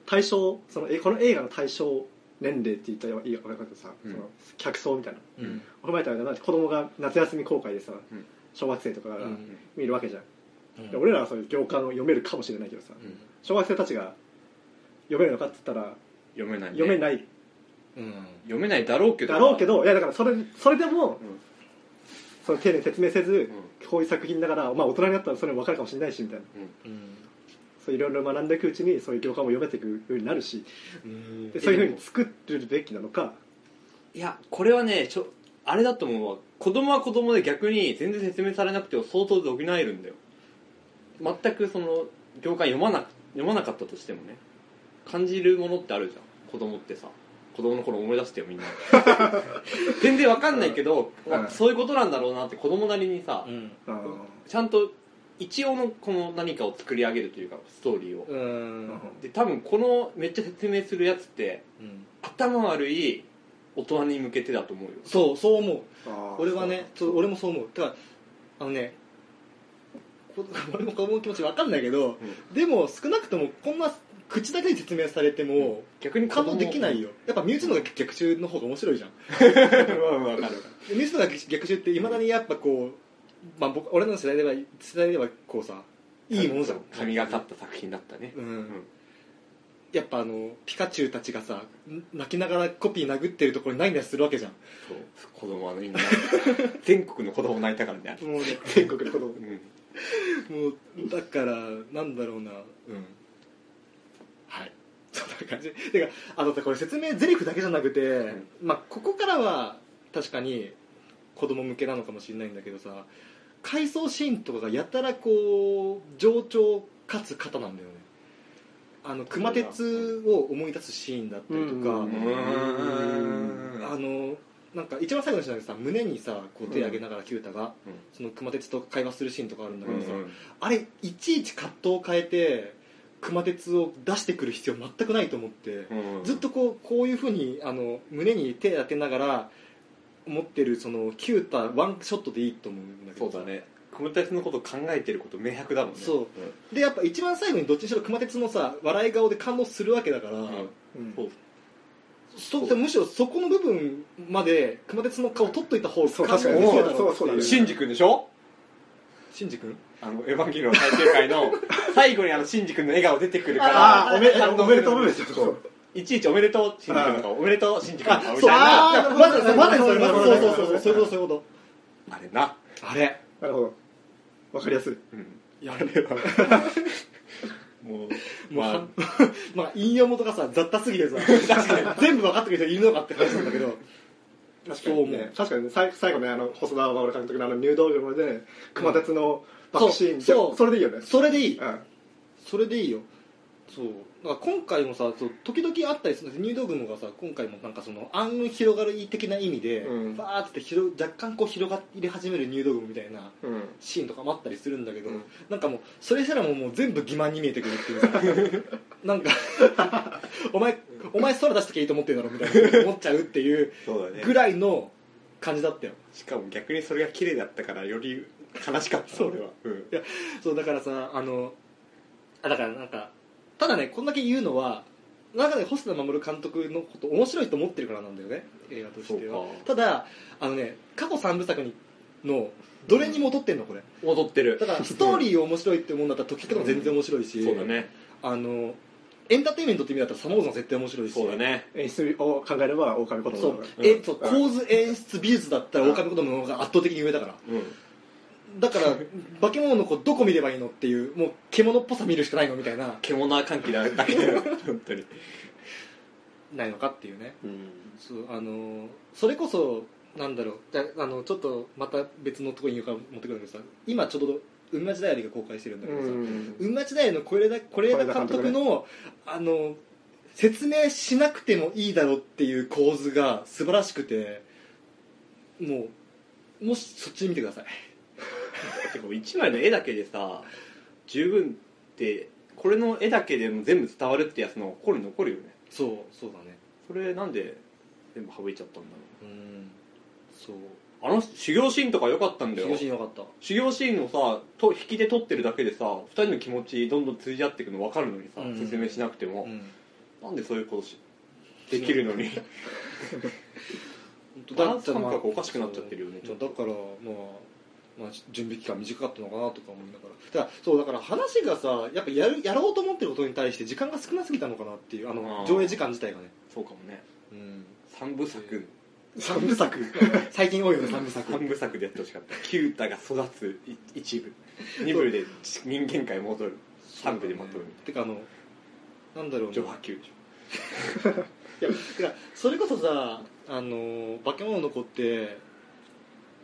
[SPEAKER 4] 対象そのえこの映画の対象年齢って言ったらいいか分かんないけどさ、
[SPEAKER 3] うん
[SPEAKER 4] その客層みたいな
[SPEAKER 1] う
[SPEAKER 3] うん
[SPEAKER 1] ん
[SPEAKER 4] この前言ったら子供が夏休み公開でさ、
[SPEAKER 3] ん
[SPEAKER 4] 小学生とかが
[SPEAKER 1] うん
[SPEAKER 4] 見るわけじゃん、
[SPEAKER 1] うん
[SPEAKER 4] で俺らはそういう行間を読めるかもしれないけどさ、
[SPEAKER 1] うん
[SPEAKER 4] 小学生たちが読めるのかって言ったら
[SPEAKER 3] 読めない、ね、
[SPEAKER 4] 読めない
[SPEAKER 1] うん
[SPEAKER 3] 読めないだろうけど
[SPEAKER 4] だろうけど、いやだからそれそれでも、その丁寧に説明せず、こういう作品だから、まあ、大人になったらそれも分かるかもしれないしみたいな
[SPEAKER 1] うん
[SPEAKER 4] そういろいろ学んでいくうちにそういう行間も読めていくようになるし
[SPEAKER 1] うん
[SPEAKER 4] でそういうふうに作るべきなのか
[SPEAKER 3] いやこれはねちょあれだと思うわ子供は子供で逆に全然説明されなくても相当で補えるんだよ全くその業界読まな読まなかったとしてもね感じるものってあるじゃん子供ってさ子供の頃思い出してよみんな全然わかんないけど、
[SPEAKER 4] うん
[SPEAKER 3] まあそういうことなんだろうなって子供なりにさ、
[SPEAKER 1] うん
[SPEAKER 4] あー
[SPEAKER 3] ちゃんと一応のこの何かを作り上げるというかストーリーを、
[SPEAKER 1] うん
[SPEAKER 3] で多分このめっちゃ説明するやつって
[SPEAKER 1] うん
[SPEAKER 3] 頭悪い大人に向けてだと思うよ
[SPEAKER 1] そうそう思う
[SPEAKER 4] あー
[SPEAKER 1] 俺はねそう俺もそう思うだからあのねこ 俺もこう思う気持ち分かんないけど、でも少なくともこんな口だけで説明されても
[SPEAKER 3] 逆に
[SPEAKER 1] 感動できないよやっぱ身内の方が逆襲の方が面白いじゃん
[SPEAKER 3] わかる
[SPEAKER 1] でミスの逆襲っていまだにやっぱこう、まあ、僕俺の世代では世代ではこうさいいものじゃん
[SPEAKER 3] 神がかった作品だったね
[SPEAKER 1] うん、やっぱあのピカチュウたちがさ泣きながらコピー殴ってるところに涙するわけじゃん
[SPEAKER 3] そう子供はみんな 全国の子供泣いたからね
[SPEAKER 1] もうね
[SPEAKER 4] 全国の子供
[SPEAKER 3] うん
[SPEAKER 1] もうだからなんだろうなうんはいそんな感じてかあのさこれ説明ゼリフだけじゃなくて、
[SPEAKER 3] ん
[SPEAKER 1] まあここからは確かに子供向けなのかもしれないんだけどさ回想シーンとかがやたらこう冗長かつ肩なんだよねあの熊鉄を思い出すシーンだったりとか、
[SPEAKER 4] うん
[SPEAKER 3] うん
[SPEAKER 1] あのなんか一番最後のシーンだけどさ胸にさこう手上げながら九太が、
[SPEAKER 3] うん
[SPEAKER 1] その熊鉄と会話するシーンとかあるんだけどさ、
[SPEAKER 3] うん
[SPEAKER 1] あれいちいち葛藤を変えて熊鉄を出してくる必要全くないと思って、
[SPEAKER 3] うん
[SPEAKER 1] ずっとこうこういうふうにあの胸に手当てながら持ってるそのキュータワンショットでいいと思うんだけ
[SPEAKER 3] そ
[SPEAKER 1] ど
[SPEAKER 3] うだね熊鉄のこと考えてること明白だもんね
[SPEAKER 1] そうでやっぱ一番最後にどっちにしろ熊鉄のさ笑い顔で感動するわけだから、
[SPEAKER 3] うんうん
[SPEAKER 4] うん
[SPEAKER 3] そう
[SPEAKER 1] そむしろそこの部分まで熊鉄の顔取っといた方が
[SPEAKER 4] そう
[SPEAKER 1] 感動する
[SPEAKER 4] 確かに
[SPEAKER 1] だろってい
[SPEAKER 4] そうそうそうだね
[SPEAKER 3] シンジ君でしょ
[SPEAKER 1] シンジ君
[SPEAKER 3] あのエヴァンゲリオン最終回 の最後にあのシンジ君の笑顔出てくるから
[SPEAKER 4] あーおめ
[SPEAKER 3] 感動
[SPEAKER 4] おめでとうおめでとう
[SPEAKER 3] そういちいちおめでとうシンジ君の顔おめでとうシンジ君の顔み
[SPEAKER 1] そう
[SPEAKER 3] たい
[SPEAKER 1] あ
[SPEAKER 3] な
[SPEAKER 4] あ
[SPEAKER 1] あ
[SPEAKER 4] ー
[SPEAKER 1] まさにまさにそれ
[SPEAKER 4] な
[SPEAKER 1] ま
[SPEAKER 4] る
[SPEAKER 1] さ
[SPEAKER 4] ほ
[SPEAKER 1] に
[SPEAKER 4] ど
[SPEAKER 1] そうそうそうそういうことそういうこ
[SPEAKER 3] あれな
[SPEAKER 1] とあれ
[SPEAKER 4] なるほどわかりやすい
[SPEAKER 3] うん
[SPEAKER 1] や
[SPEAKER 3] あ
[SPEAKER 1] る
[SPEAKER 3] れは
[SPEAKER 1] もう
[SPEAKER 3] もうまあ
[SPEAKER 1] は、 まあ、引用元がさ雑多すぎてさ全部分かってくれる人いるのかって話なんだけど
[SPEAKER 4] 確
[SPEAKER 1] かに
[SPEAKER 4] か
[SPEAKER 1] ね
[SPEAKER 4] にね確かにね最最後ねあの細田守監督のあの入道雲で熊鉄のバックシーン、
[SPEAKER 1] うん
[SPEAKER 4] じゃ
[SPEAKER 1] そう
[SPEAKER 4] それでいいよね
[SPEAKER 1] それでいい
[SPEAKER 4] うん
[SPEAKER 1] それでいいよそうだから今回もさそう時々あったりするんです入道雲がさ今回もなんかその暗雲広がる的な意味で、
[SPEAKER 4] うん
[SPEAKER 1] バーって広若干こう広がり始める入道雲みたいな
[SPEAKER 4] うん
[SPEAKER 1] シーンとかもあったりするんだけど、
[SPEAKER 4] うん
[SPEAKER 1] なんかもうそれすらももう全部欺瞞に見えてくるっていうかなんかお前お前空出しときゃいいと思ってるだろみたいな思っちゃうっていう
[SPEAKER 3] そうだね
[SPEAKER 1] ぐらいの感じだったよ
[SPEAKER 3] しかも逆にそれが綺麗だったからより悲しかった
[SPEAKER 1] そう
[SPEAKER 3] 俺は、うん、
[SPEAKER 1] そうだからさあのあだからなんかただねこんだけ言うのは中で星野守監督のこと面白いと思ってるからなんだよね映画としては
[SPEAKER 3] そう
[SPEAKER 1] た
[SPEAKER 3] か
[SPEAKER 1] だあのね過去三部作にのどれにも劣ってんのこれ
[SPEAKER 3] 踊ってる
[SPEAKER 1] ただストーリー面白いって思うんだったら時計とか全然面白いし、
[SPEAKER 3] そうだね
[SPEAKER 1] あのエンターテインメントって意味だったらサマーズは絶対面白いし
[SPEAKER 3] そうだね
[SPEAKER 4] 演出を考えれば狼子供
[SPEAKER 1] そう
[SPEAKER 4] の方が
[SPEAKER 1] えそう構図演出美術だったら狼子供の方が圧倒的に上だから
[SPEAKER 3] うん
[SPEAKER 1] だから化け物の子どこ見ればいいのっていうもう獣っぽさ見るしかないのみたいな
[SPEAKER 3] 獣は歓喜だだけだよ 本当に
[SPEAKER 1] ないのかっていうね
[SPEAKER 3] うん
[SPEAKER 1] そうあのそれこそなんだろうじゃああのちょっとまた別のとこに言うから持ってくるんだけどさ今ちょうど「運町ダイアリー」が公開してるんだけどさ、
[SPEAKER 4] うん
[SPEAKER 1] 運町ダイアリーの是枝是枝監督
[SPEAKER 4] 是枝監督
[SPEAKER 1] のあの説明しなくてもいいだろうっていう構図が素晴らしくてもうもしそっち見てください
[SPEAKER 3] てか1枚の絵だけでさ十分ってこれの絵だけでも全部伝わるってやつの心に残るよね
[SPEAKER 1] そうそうだね
[SPEAKER 3] それなんで全部省いちゃったんだろ
[SPEAKER 1] うんそう
[SPEAKER 3] うあの修行シーンとか良かったんだよ
[SPEAKER 1] 東によかった
[SPEAKER 3] 修行シーンをさと引きで撮ってるだけでさ2人の気持ちどんどん通じ合っていくの分かるのにさ、
[SPEAKER 1] うん
[SPEAKER 3] 説明しなくても、
[SPEAKER 1] うん
[SPEAKER 3] なんでそういうことしできるのに
[SPEAKER 1] 本当
[SPEAKER 3] バランス感覚おかしくなっちゃってるよね
[SPEAKER 1] だだからまあ、まあ、準備期間短かったのかなとか思いながらだからそうだから話がさやっぱやるやろうと思ってることに対して時間が少なすぎたのかなっていうあの
[SPEAKER 3] あー
[SPEAKER 1] 上映時間自体がね、
[SPEAKER 3] そうかもね
[SPEAKER 1] うん、
[SPEAKER 3] 三部作
[SPEAKER 1] 三部 作最近多いよね三部作
[SPEAKER 3] 三部作でやってほしかった九太が育つい一部二部で人間界戻る三部でまとめるみ
[SPEAKER 1] てかあのなんだろう
[SPEAKER 3] たい
[SPEAKER 1] ね
[SPEAKER 3] な上波球でしょ
[SPEAKER 1] いやてかそれこそさあの化け物の子って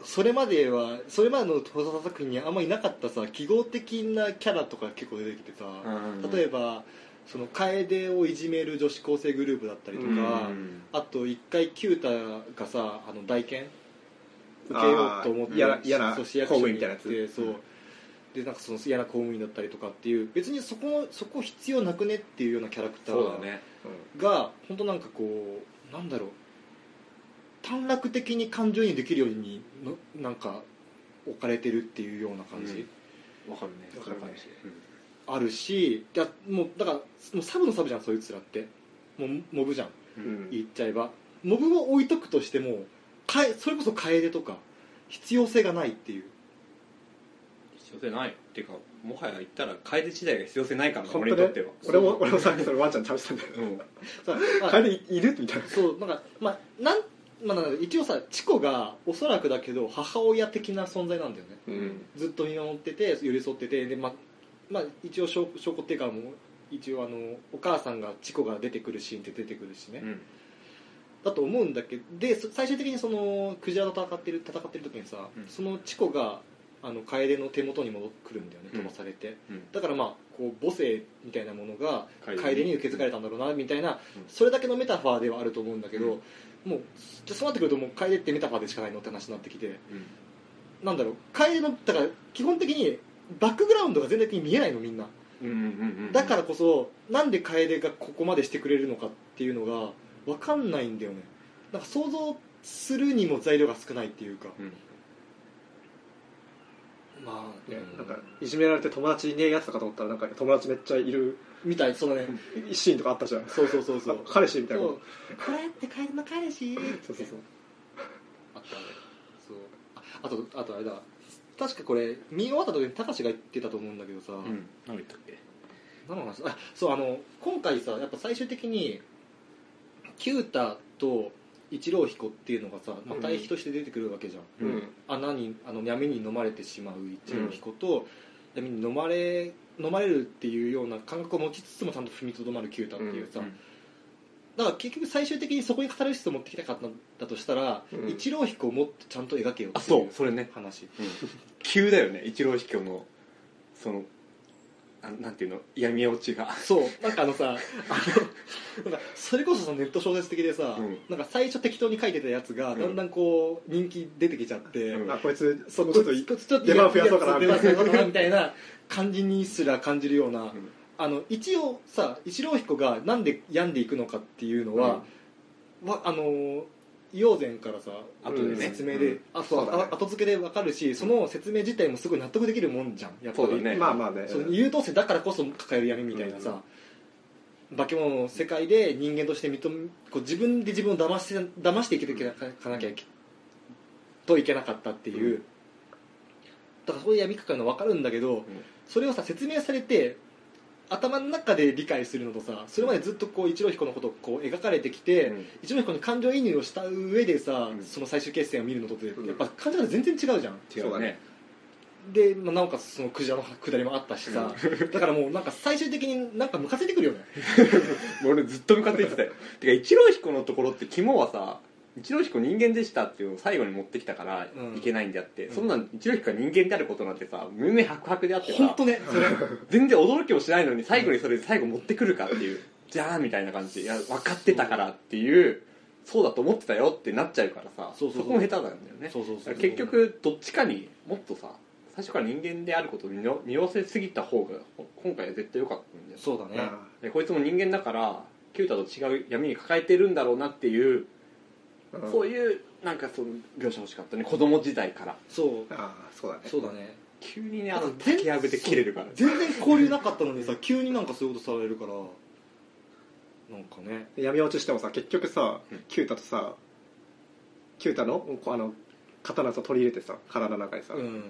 [SPEAKER 1] それまではそれまでの登場作品にあんまいなかったさ記号的なキャラとか結構出てきてさ、例え
[SPEAKER 3] ば
[SPEAKER 1] ばその楓をいじめる女子高生グループだったりとか、あと一回キュータがさあの代検受けようと思っ
[SPEAKER 4] あ
[SPEAKER 1] て
[SPEAKER 4] ー嫌な嫌な
[SPEAKER 1] そう市役所に行って
[SPEAKER 4] 公務員みたいなやつ
[SPEAKER 1] そう、
[SPEAKER 4] うん
[SPEAKER 1] でなんかその嫌な公務員だったりとかっていう別にそこそこ必要なくねっていうようなキャラクタ
[SPEAKER 3] そうだ
[SPEAKER 1] ー
[SPEAKER 3] ね
[SPEAKER 1] が本当なんかこうなんだろう短絡的に感情にできるようにのなんか置かれてるっていうような感じ、
[SPEAKER 3] うんわかるね
[SPEAKER 4] わかるね
[SPEAKER 1] あるしいやもうだからもうサブのサブじゃんそいつらってもうモブじゃん
[SPEAKER 3] うん
[SPEAKER 4] うん
[SPEAKER 1] 言っちゃえばモブを置いとくとしてもかえそれこそ楓とか必要性がないっていう
[SPEAKER 3] 必要性ないっていうかもはや言ったら楓自体が必要性ないからな
[SPEAKER 4] 本
[SPEAKER 3] 俺
[SPEAKER 4] 当
[SPEAKER 3] にとっ
[SPEAKER 4] ね
[SPEAKER 3] ては
[SPEAKER 4] 俺も俺もさっきそれワンちゃん食べてたんだよ
[SPEAKER 3] うん
[SPEAKER 1] さあ
[SPEAKER 4] 帰りいるみたいな
[SPEAKER 1] そうなんかまあなんまあ、なんだろう一応さチコがおそらくだけど母親的な存在なんだよね
[SPEAKER 3] うん
[SPEAKER 1] ずっと見守ってて寄り添っててで、まあまあ、一応証証拠っていうかもう一応あのお母さんがチコが出てくるシーンって出てくるしね、
[SPEAKER 3] うん
[SPEAKER 1] だと思うんだけどでそ最終的にそのクジラと戦ってる戦ってる時にさ、
[SPEAKER 3] うん
[SPEAKER 1] そのチコがあの楓の手元に戻ってくるんだよね
[SPEAKER 3] うん
[SPEAKER 1] 飛ばされて、
[SPEAKER 3] うん
[SPEAKER 1] だからまあこう母性みたいなものが
[SPEAKER 3] 楓に
[SPEAKER 1] 楓に受け継がれたんだろうなみたいな、
[SPEAKER 3] うん
[SPEAKER 1] それだけのメタファーではあると思うんだけど、
[SPEAKER 3] うん
[SPEAKER 1] もうじゃあそうなってくるともう楓ってメタファーでしかないのって話になってきて
[SPEAKER 3] うん
[SPEAKER 1] なんだろう楓のだから基本的にバックグラウンドが全体的に見えないのみんな
[SPEAKER 3] うんうんうん
[SPEAKER 1] だからこそなんで楓がここまでしてくれるのかっていうのが分かんないんだよねなんか想像するにも材料が少ないっていうか
[SPEAKER 3] うん
[SPEAKER 1] まあ、ね
[SPEAKER 4] なんかいじめられて友達いねえやつとかと思ったらなんか友達めっちゃいる
[SPEAKER 1] みたいそのね
[SPEAKER 4] シーンとかあったじゃん
[SPEAKER 1] そうそうそうそう
[SPEAKER 4] あ彼氏みたい
[SPEAKER 1] そ
[SPEAKER 4] な
[SPEAKER 1] う
[SPEAKER 4] こ
[SPEAKER 1] これって楓の彼氏
[SPEAKER 4] とそうそうそう
[SPEAKER 1] あったねそうああとあとあれだ確かこれ見終わった時に高志が言ってたと思うんだけどさ、
[SPEAKER 3] うん何言ったっけ
[SPEAKER 1] 何の話あそうあの今回さやっぱ最終的にキュータと一郎彦っていうのがさ、まあ、対比として出てくるわけじゃん、
[SPEAKER 4] うん
[SPEAKER 1] 穴にあの闇に飲まれてしまう一郎彦と、闇に飲まれ飲まれるっていうような感覚を持ちつつもちゃんと踏みとどまるキュータっていうさ、
[SPEAKER 3] うん
[SPEAKER 1] だから結局最終的にそこにカタルシスを持ってきたかったんだとしたら、
[SPEAKER 4] うん
[SPEAKER 1] 一郎彦をもっとちゃんと描けよ
[SPEAKER 3] あ
[SPEAKER 1] ってい
[SPEAKER 3] そうそれね
[SPEAKER 1] 話
[SPEAKER 3] 急だよね一郎卑怯のそのあなんていうの闇落ちが
[SPEAKER 1] そうなんかあのさあのなんかそれこそそのネット小説的でさ、
[SPEAKER 3] うん
[SPEAKER 1] なんか最初適当に書いてたやつが
[SPEAKER 3] うん
[SPEAKER 1] だんだんこう人気出てきちゃって、
[SPEAKER 3] うん
[SPEAKER 4] あこいつ
[SPEAKER 1] そ
[SPEAKER 4] そ
[SPEAKER 1] こ
[SPEAKER 4] こ
[SPEAKER 1] ち
[SPEAKER 4] ち
[SPEAKER 1] ょ
[SPEAKER 4] ょ
[SPEAKER 1] っ
[SPEAKER 4] っ
[SPEAKER 1] と
[SPEAKER 4] と
[SPEAKER 1] ちょっと
[SPEAKER 4] 出番増やそうかな
[SPEAKER 1] 出番増やそうかなみたいな感じにすら感じるような、
[SPEAKER 3] ん
[SPEAKER 1] あの一応さ一郎彦がなんで病んでいくのかっていうのは、わあのー陽前からさ
[SPEAKER 3] 後でね
[SPEAKER 1] 説明で、
[SPEAKER 3] うん
[SPEAKER 1] あそう
[SPEAKER 4] そうだね
[SPEAKER 1] あ後付けで分かるしその説明自体もすごい納得できるもんじゃんやっぱり
[SPEAKER 3] そうだね
[SPEAKER 4] まあまあね
[SPEAKER 1] その優等生だからこそ抱える闇みたいなさ、化け物の世界で人間として認めこう自分で自分を騙して騙していけていけなかなきゃいけ、といけなかったっていう、
[SPEAKER 3] うん
[SPEAKER 1] だからそういう闇抱えるの分かるんだけど、それをさ説明されて頭の中で理解するのとさそれまでずっとこう一郎彦のことをこう描かれてきて、
[SPEAKER 3] うん
[SPEAKER 1] 一郎彦に感情移入をした上でさ、
[SPEAKER 3] うん
[SPEAKER 1] その最終決戦を見るのとってや
[SPEAKER 4] うん
[SPEAKER 1] っぱ感じ方全然違うじゃん、
[SPEAKER 3] 違
[SPEAKER 4] そう
[SPEAKER 3] う
[SPEAKER 4] だね
[SPEAKER 3] ね
[SPEAKER 1] で、まあ、なおかつそのクジラの下りもあったしさ、だからもうなんか最終的になんかムカついてくるよね
[SPEAKER 3] 俺ずっと向かっていってたよてか一郎彦のところって肝はさ一郎彦人間でしたっていうのを最後に持ってきたから
[SPEAKER 1] うん
[SPEAKER 3] いけないんであって、
[SPEAKER 1] うん
[SPEAKER 3] そんなん一郎彦が人間であることなんてさ無名白白であって
[SPEAKER 1] 本
[SPEAKER 3] さ
[SPEAKER 1] 当ねそれ
[SPEAKER 3] 全然驚きもしないのに最後にそれで最後持ってくるかっていうじゃーんみたいな感じでいや分かってたからっていうそうだと思ってたよってなっちゃうからさ
[SPEAKER 1] そうそうそう
[SPEAKER 3] こも下手なんだよね
[SPEAKER 1] そうそうそう
[SPEAKER 3] だから結局どっちかにもっとさ最初から人間であることを見の見合わせすぎた方がほ今回は絶対良かったんだよ
[SPEAKER 1] そうだね
[SPEAKER 4] あ
[SPEAKER 3] でこいつも人間だからキュータと違う闇に抱えてるんだろうなっていう、
[SPEAKER 4] ーうん
[SPEAKER 3] そういうなんかその描写欲しかったね子供時代から
[SPEAKER 1] そう
[SPEAKER 4] あーそうだね
[SPEAKER 1] そうだね
[SPEAKER 3] 急にねあ
[SPEAKER 1] あ
[SPEAKER 3] の
[SPEAKER 1] の
[SPEAKER 3] 竹やぶで切れるから
[SPEAKER 1] 全然交流なかったのにさ急になんかそういうことされるからなんかね
[SPEAKER 4] で闇落ちしてもさ結局さ
[SPEAKER 3] うん
[SPEAKER 4] キュータとさキュータのこうあの刀を取り入れてさ体の中にさ、
[SPEAKER 1] うん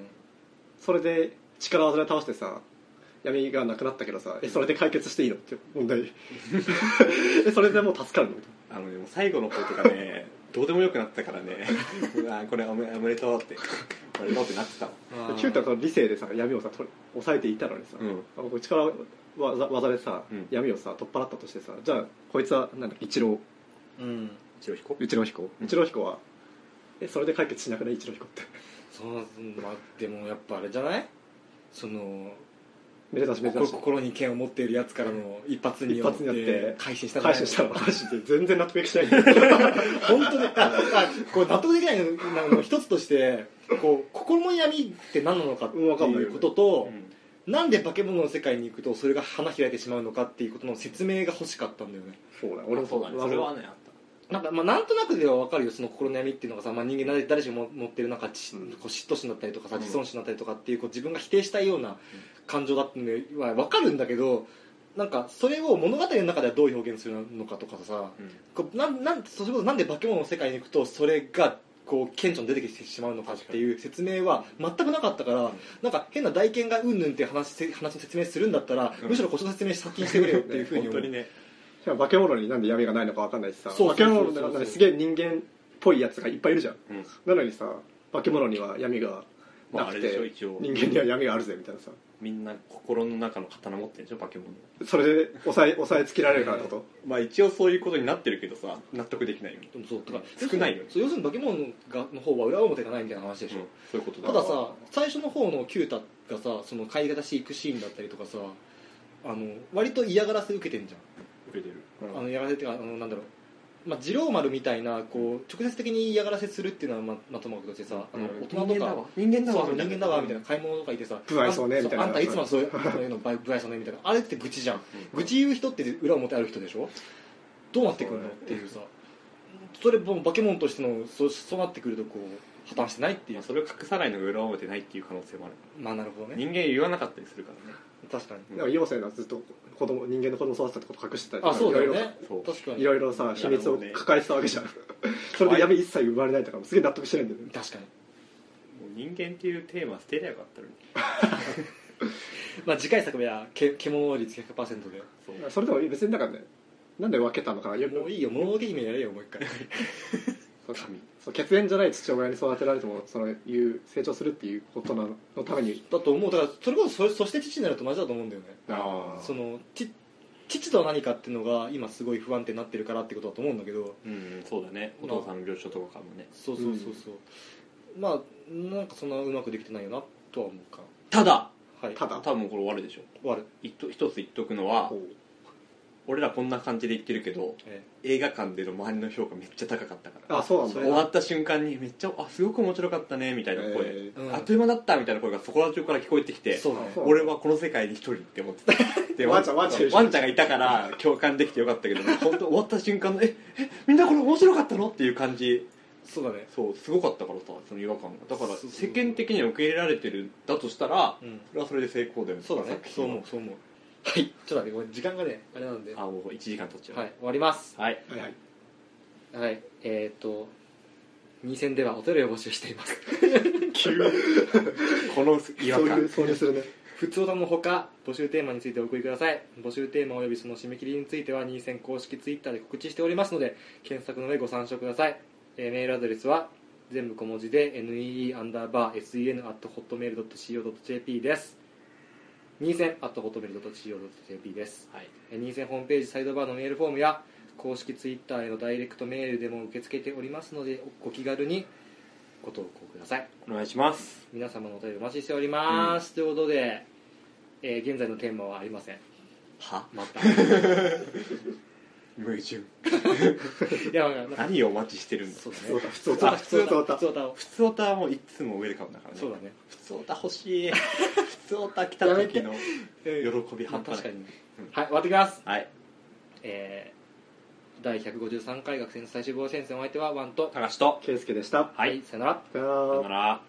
[SPEAKER 4] それで力技で倒してさ闇がなくなったけどさえそれで解決していいのって 問題えそれでもう助かるの
[SPEAKER 3] あのねもう最後の方とか ねどうでもよくなったからね うわこれおめおめでとうっておめでとうってなってたわ
[SPEAKER 4] キュータはその理性でさ闇をさ取り抑えていたのにさ、
[SPEAKER 3] うん
[SPEAKER 4] あこう力技技でさ、
[SPEAKER 3] うん
[SPEAKER 4] 闇をさ取っ払ったとしてさじゃあこいつはなんだ一郎
[SPEAKER 1] うん
[SPEAKER 3] 一郎彦
[SPEAKER 4] 一郎彦
[SPEAKER 3] うん
[SPEAKER 4] 一郎彦はえそれで解決しなくない一郎彦って
[SPEAKER 1] そうまあでもやっぱあれじゃないその
[SPEAKER 4] めでたしめでた
[SPEAKER 1] 心
[SPEAKER 4] し
[SPEAKER 1] 心に剣を持っているやつからの一発によっ
[SPEAKER 4] 一発によって
[SPEAKER 1] て改心したんじゃ
[SPEAKER 4] 回
[SPEAKER 1] ない
[SPEAKER 4] 収したの話って全然納得いきないうん
[SPEAKER 1] 本当にああこれ納得できないのの一つとしてこう心の闇って何なのかって
[SPEAKER 4] うんわかんない
[SPEAKER 1] い
[SPEAKER 4] よ
[SPEAKER 1] う
[SPEAKER 4] ね
[SPEAKER 1] ことと、
[SPEAKER 3] うん
[SPEAKER 1] なんで化け物の世界に行くとそれが花開いてしまうのかっていうことの説明が欲しかったんだよね
[SPEAKER 4] そうだ
[SPEAKER 3] 俺もそうだねそれはねあっ
[SPEAKER 1] なんか、まあ、なんとなくでは分かるよその心の闇っていうのがさ、まあ、人間誰誰しも持ってるなんかち、
[SPEAKER 4] うん
[SPEAKER 1] こう嫉妬心だったりとかさ
[SPEAKER 3] うん
[SPEAKER 1] 自尊心だったりとかっていうこう自分が否定したいような感情だっていうのは分かるんだけどなんかそれを物語の中ではどう表現するのかとかさ
[SPEAKER 3] た、
[SPEAKER 1] こうなんなんそれこそなんで化け物の世界に行くとそれがこう顕著に出てきてしまうのかっていう説明は全くなかったから、なんか変な代見がうんぬんっていう話せ 話の説明するんだったら、
[SPEAKER 3] うん
[SPEAKER 1] むしろこっちの説明先にしてくれよっていうふうに
[SPEAKER 3] 本
[SPEAKER 1] 思
[SPEAKER 3] 当
[SPEAKER 1] う、
[SPEAKER 3] にね
[SPEAKER 4] しかも化け物になんで闇がないのか分かんないしさ
[SPEAKER 1] そうそうそうそう
[SPEAKER 4] 化け物なんですげえ人間っぽいやつがいっぱいいるじゃん
[SPEAKER 3] うん
[SPEAKER 4] なのにさ化け物には闇が
[SPEAKER 3] ま
[SPEAKER 4] な
[SPEAKER 3] ああ
[SPEAKER 4] く
[SPEAKER 3] れで
[SPEAKER 4] て、
[SPEAKER 3] しょ一応
[SPEAKER 4] 人間には闇があるぜみたいなさ
[SPEAKER 3] みんな心の中の刀持ってるでしょ化け物
[SPEAKER 4] それで抑え抑えつけられるからだと
[SPEAKER 3] まあ一応そういうことになってるけどさ納得できないよね
[SPEAKER 1] でもそうだから
[SPEAKER 3] 少ないよね
[SPEAKER 1] そう要するに化け物がの方は裏表がないみたいな話でしょ、
[SPEAKER 3] そういうことだ
[SPEAKER 1] たださ最初の方のキュータがさその帰り方していくシーンだったりとかさあの割と嫌がらせ受けてんじゃん
[SPEAKER 3] 受けてる
[SPEAKER 4] うん
[SPEAKER 1] あの嫌がらせっていうかあのなんだろう、まあ、二郎丸みたいなこう直接的に嫌がらせするっていうのはままあともかくとしてさあの大人とか
[SPEAKER 3] 人間
[SPEAKER 1] そうそう人間だわみた
[SPEAKER 3] みた
[SPEAKER 1] いな買
[SPEAKER 3] いな
[SPEAKER 1] い物とかいてさ
[SPEAKER 4] 不愛想ね
[SPEAKER 1] あん
[SPEAKER 4] みたい
[SPEAKER 1] そ
[SPEAKER 4] な
[SPEAKER 1] うあんたいつもそういうそういうの不不愛想ねみたいなあれって愚痴じゃん
[SPEAKER 3] うん
[SPEAKER 1] 愚痴言う人って裏表ある人でしょどうなってくるのっていうさそれもう化け物としてのそうそうなってくるとこう破綻してないって
[SPEAKER 3] い
[SPEAKER 1] いう
[SPEAKER 3] やそれを隠さないのが裏表ないっていう可能性もある
[SPEAKER 1] まあなるほどね
[SPEAKER 3] 人間言わなかったりするからね
[SPEAKER 1] 確かに
[SPEAKER 4] でも妖精はずっと子供人間の子供を育てたってこと隠してたりと
[SPEAKER 1] あ
[SPEAKER 4] か
[SPEAKER 1] そうだよ
[SPEAKER 4] いろい
[SPEAKER 1] ね
[SPEAKER 3] そう
[SPEAKER 1] 確か
[SPEAKER 4] ろ
[SPEAKER 1] に
[SPEAKER 4] いろいろさ秘密を抱えてたわけじゃんそれで闇一切生まれないとかもすげえ納得してないんだよね
[SPEAKER 1] 確かに
[SPEAKER 3] もう人間っていうテーマ捨てりゃよかったのに
[SPEAKER 1] まあ次回作ではけ獣率100%で
[SPEAKER 3] そう
[SPEAKER 4] それでも別にだからねなんで分けたのかなよ
[SPEAKER 1] もういいよ物のけ姫やれよもう一回
[SPEAKER 4] そう
[SPEAKER 3] 神
[SPEAKER 4] そう血縁じゃない父親に育てられてもそのいう成長するっていうことなののために
[SPEAKER 1] だと思うだからそれこそそそして父になると同じだと思うんだよね
[SPEAKER 3] あ
[SPEAKER 1] そのち父とは何かっていうのが今すごい不安定になってるからってことだと思うんだけど
[SPEAKER 3] うんうんそうだねお父さんの描写とかからもね
[SPEAKER 1] そうそうそうそう、まあなんかそんなうまくできてないよなとは思うか
[SPEAKER 3] ただ
[SPEAKER 1] はい
[SPEAKER 4] ただ
[SPEAKER 3] 多分もうこれ終わるでしょ
[SPEAKER 1] 終わる、
[SPEAKER 3] 一と一つ言っとくのは
[SPEAKER 4] こう
[SPEAKER 3] 俺らこんな感じで言ってるけど
[SPEAKER 1] え
[SPEAKER 3] 映画館での周りの評価めっちゃ高かったから
[SPEAKER 4] あそうなん
[SPEAKER 1] そ
[SPEAKER 4] だ
[SPEAKER 1] れ
[SPEAKER 3] 終わった瞬間にめっちゃあすごく面白かったねみたいな声、
[SPEAKER 4] えー
[SPEAKER 1] ーうん
[SPEAKER 3] あっという間だったみたいな声がそこら中から聞こえてきて
[SPEAKER 1] そうだね
[SPEAKER 4] そう
[SPEAKER 3] 俺はこの世界に一人って思 ってたで
[SPEAKER 4] ワンちゃんワンちゃんいるじゃ
[SPEAKER 3] ワ
[SPEAKER 4] ん
[SPEAKER 3] ンちゃんがいたから共感できてよかったけど本当終わった瞬間のええみんなこれ面白かったのっていう感じ
[SPEAKER 1] そうだね
[SPEAKER 3] そうすごかったからさその違和感がだから
[SPEAKER 1] そう
[SPEAKER 3] 世間的には受け入れられてるだとしたら
[SPEAKER 1] うん
[SPEAKER 3] それはそれで成功だよね
[SPEAKER 1] そうだね
[SPEAKER 3] 作
[SPEAKER 1] そう
[SPEAKER 3] 品
[SPEAKER 1] 思う
[SPEAKER 3] は
[SPEAKER 1] そう思うはいちょっと待ってごめん時間がねあれなんでは
[SPEAKER 3] あもう1時間経っち
[SPEAKER 1] い
[SPEAKER 3] ゃう
[SPEAKER 1] 終わります
[SPEAKER 3] はい、
[SPEAKER 4] はいはい
[SPEAKER 1] はいえー、っと2戦ではお便りを募集しています
[SPEAKER 3] この違和
[SPEAKER 4] そうい
[SPEAKER 3] 感
[SPEAKER 4] う挿入するね
[SPEAKER 1] 普通のほか募集テーマについてお送りください募集テーマおよびその締め切りについては2000公式ツイッターで告知しておりますので検索の上ご参照ください、えーメールアドレスは全部小文字で nee アンダーバー sen at hotmail.co.jp です2000 at hotmail.co.jp です
[SPEAKER 3] はい
[SPEAKER 1] えー2000ホームページサイドバーのメールフォームや公式ツイッターへのダイレクトメールでも受け付けておりますのでおご気軽にご投稿ください
[SPEAKER 3] お願いします
[SPEAKER 1] 皆様のお便りお待ちしております、ということで、えー現在のテーマはありません
[SPEAKER 3] は
[SPEAKER 1] ま た
[SPEAKER 3] 矛盾
[SPEAKER 1] いやまあまあ
[SPEAKER 3] 何をお待ちしてるんだ
[SPEAKER 1] そうだね
[SPEAKER 4] 普通だ
[SPEAKER 1] あ
[SPEAKER 4] 普通
[SPEAKER 1] 普
[SPEAKER 4] だ
[SPEAKER 1] 通だ
[SPEAKER 3] 普通オタはもういつもウェルカムだからね
[SPEAKER 1] そうだね
[SPEAKER 3] 普通オタ 欲しい普通オタ来た時の喜び
[SPEAKER 1] まあ
[SPEAKER 3] 半端
[SPEAKER 1] 確か
[SPEAKER 3] ない
[SPEAKER 1] に、
[SPEAKER 3] うん
[SPEAKER 1] はい終わってきます
[SPEAKER 3] はい
[SPEAKER 1] えー、第153回学生の最終防衛戦線お相手はワンと
[SPEAKER 3] 高橋と
[SPEAKER 4] 圭介でした
[SPEAKER 3] はい
[SPEAKER 1] さよなら
[SPEAKER 4] さよなら
[SPEAKER 3] さよなら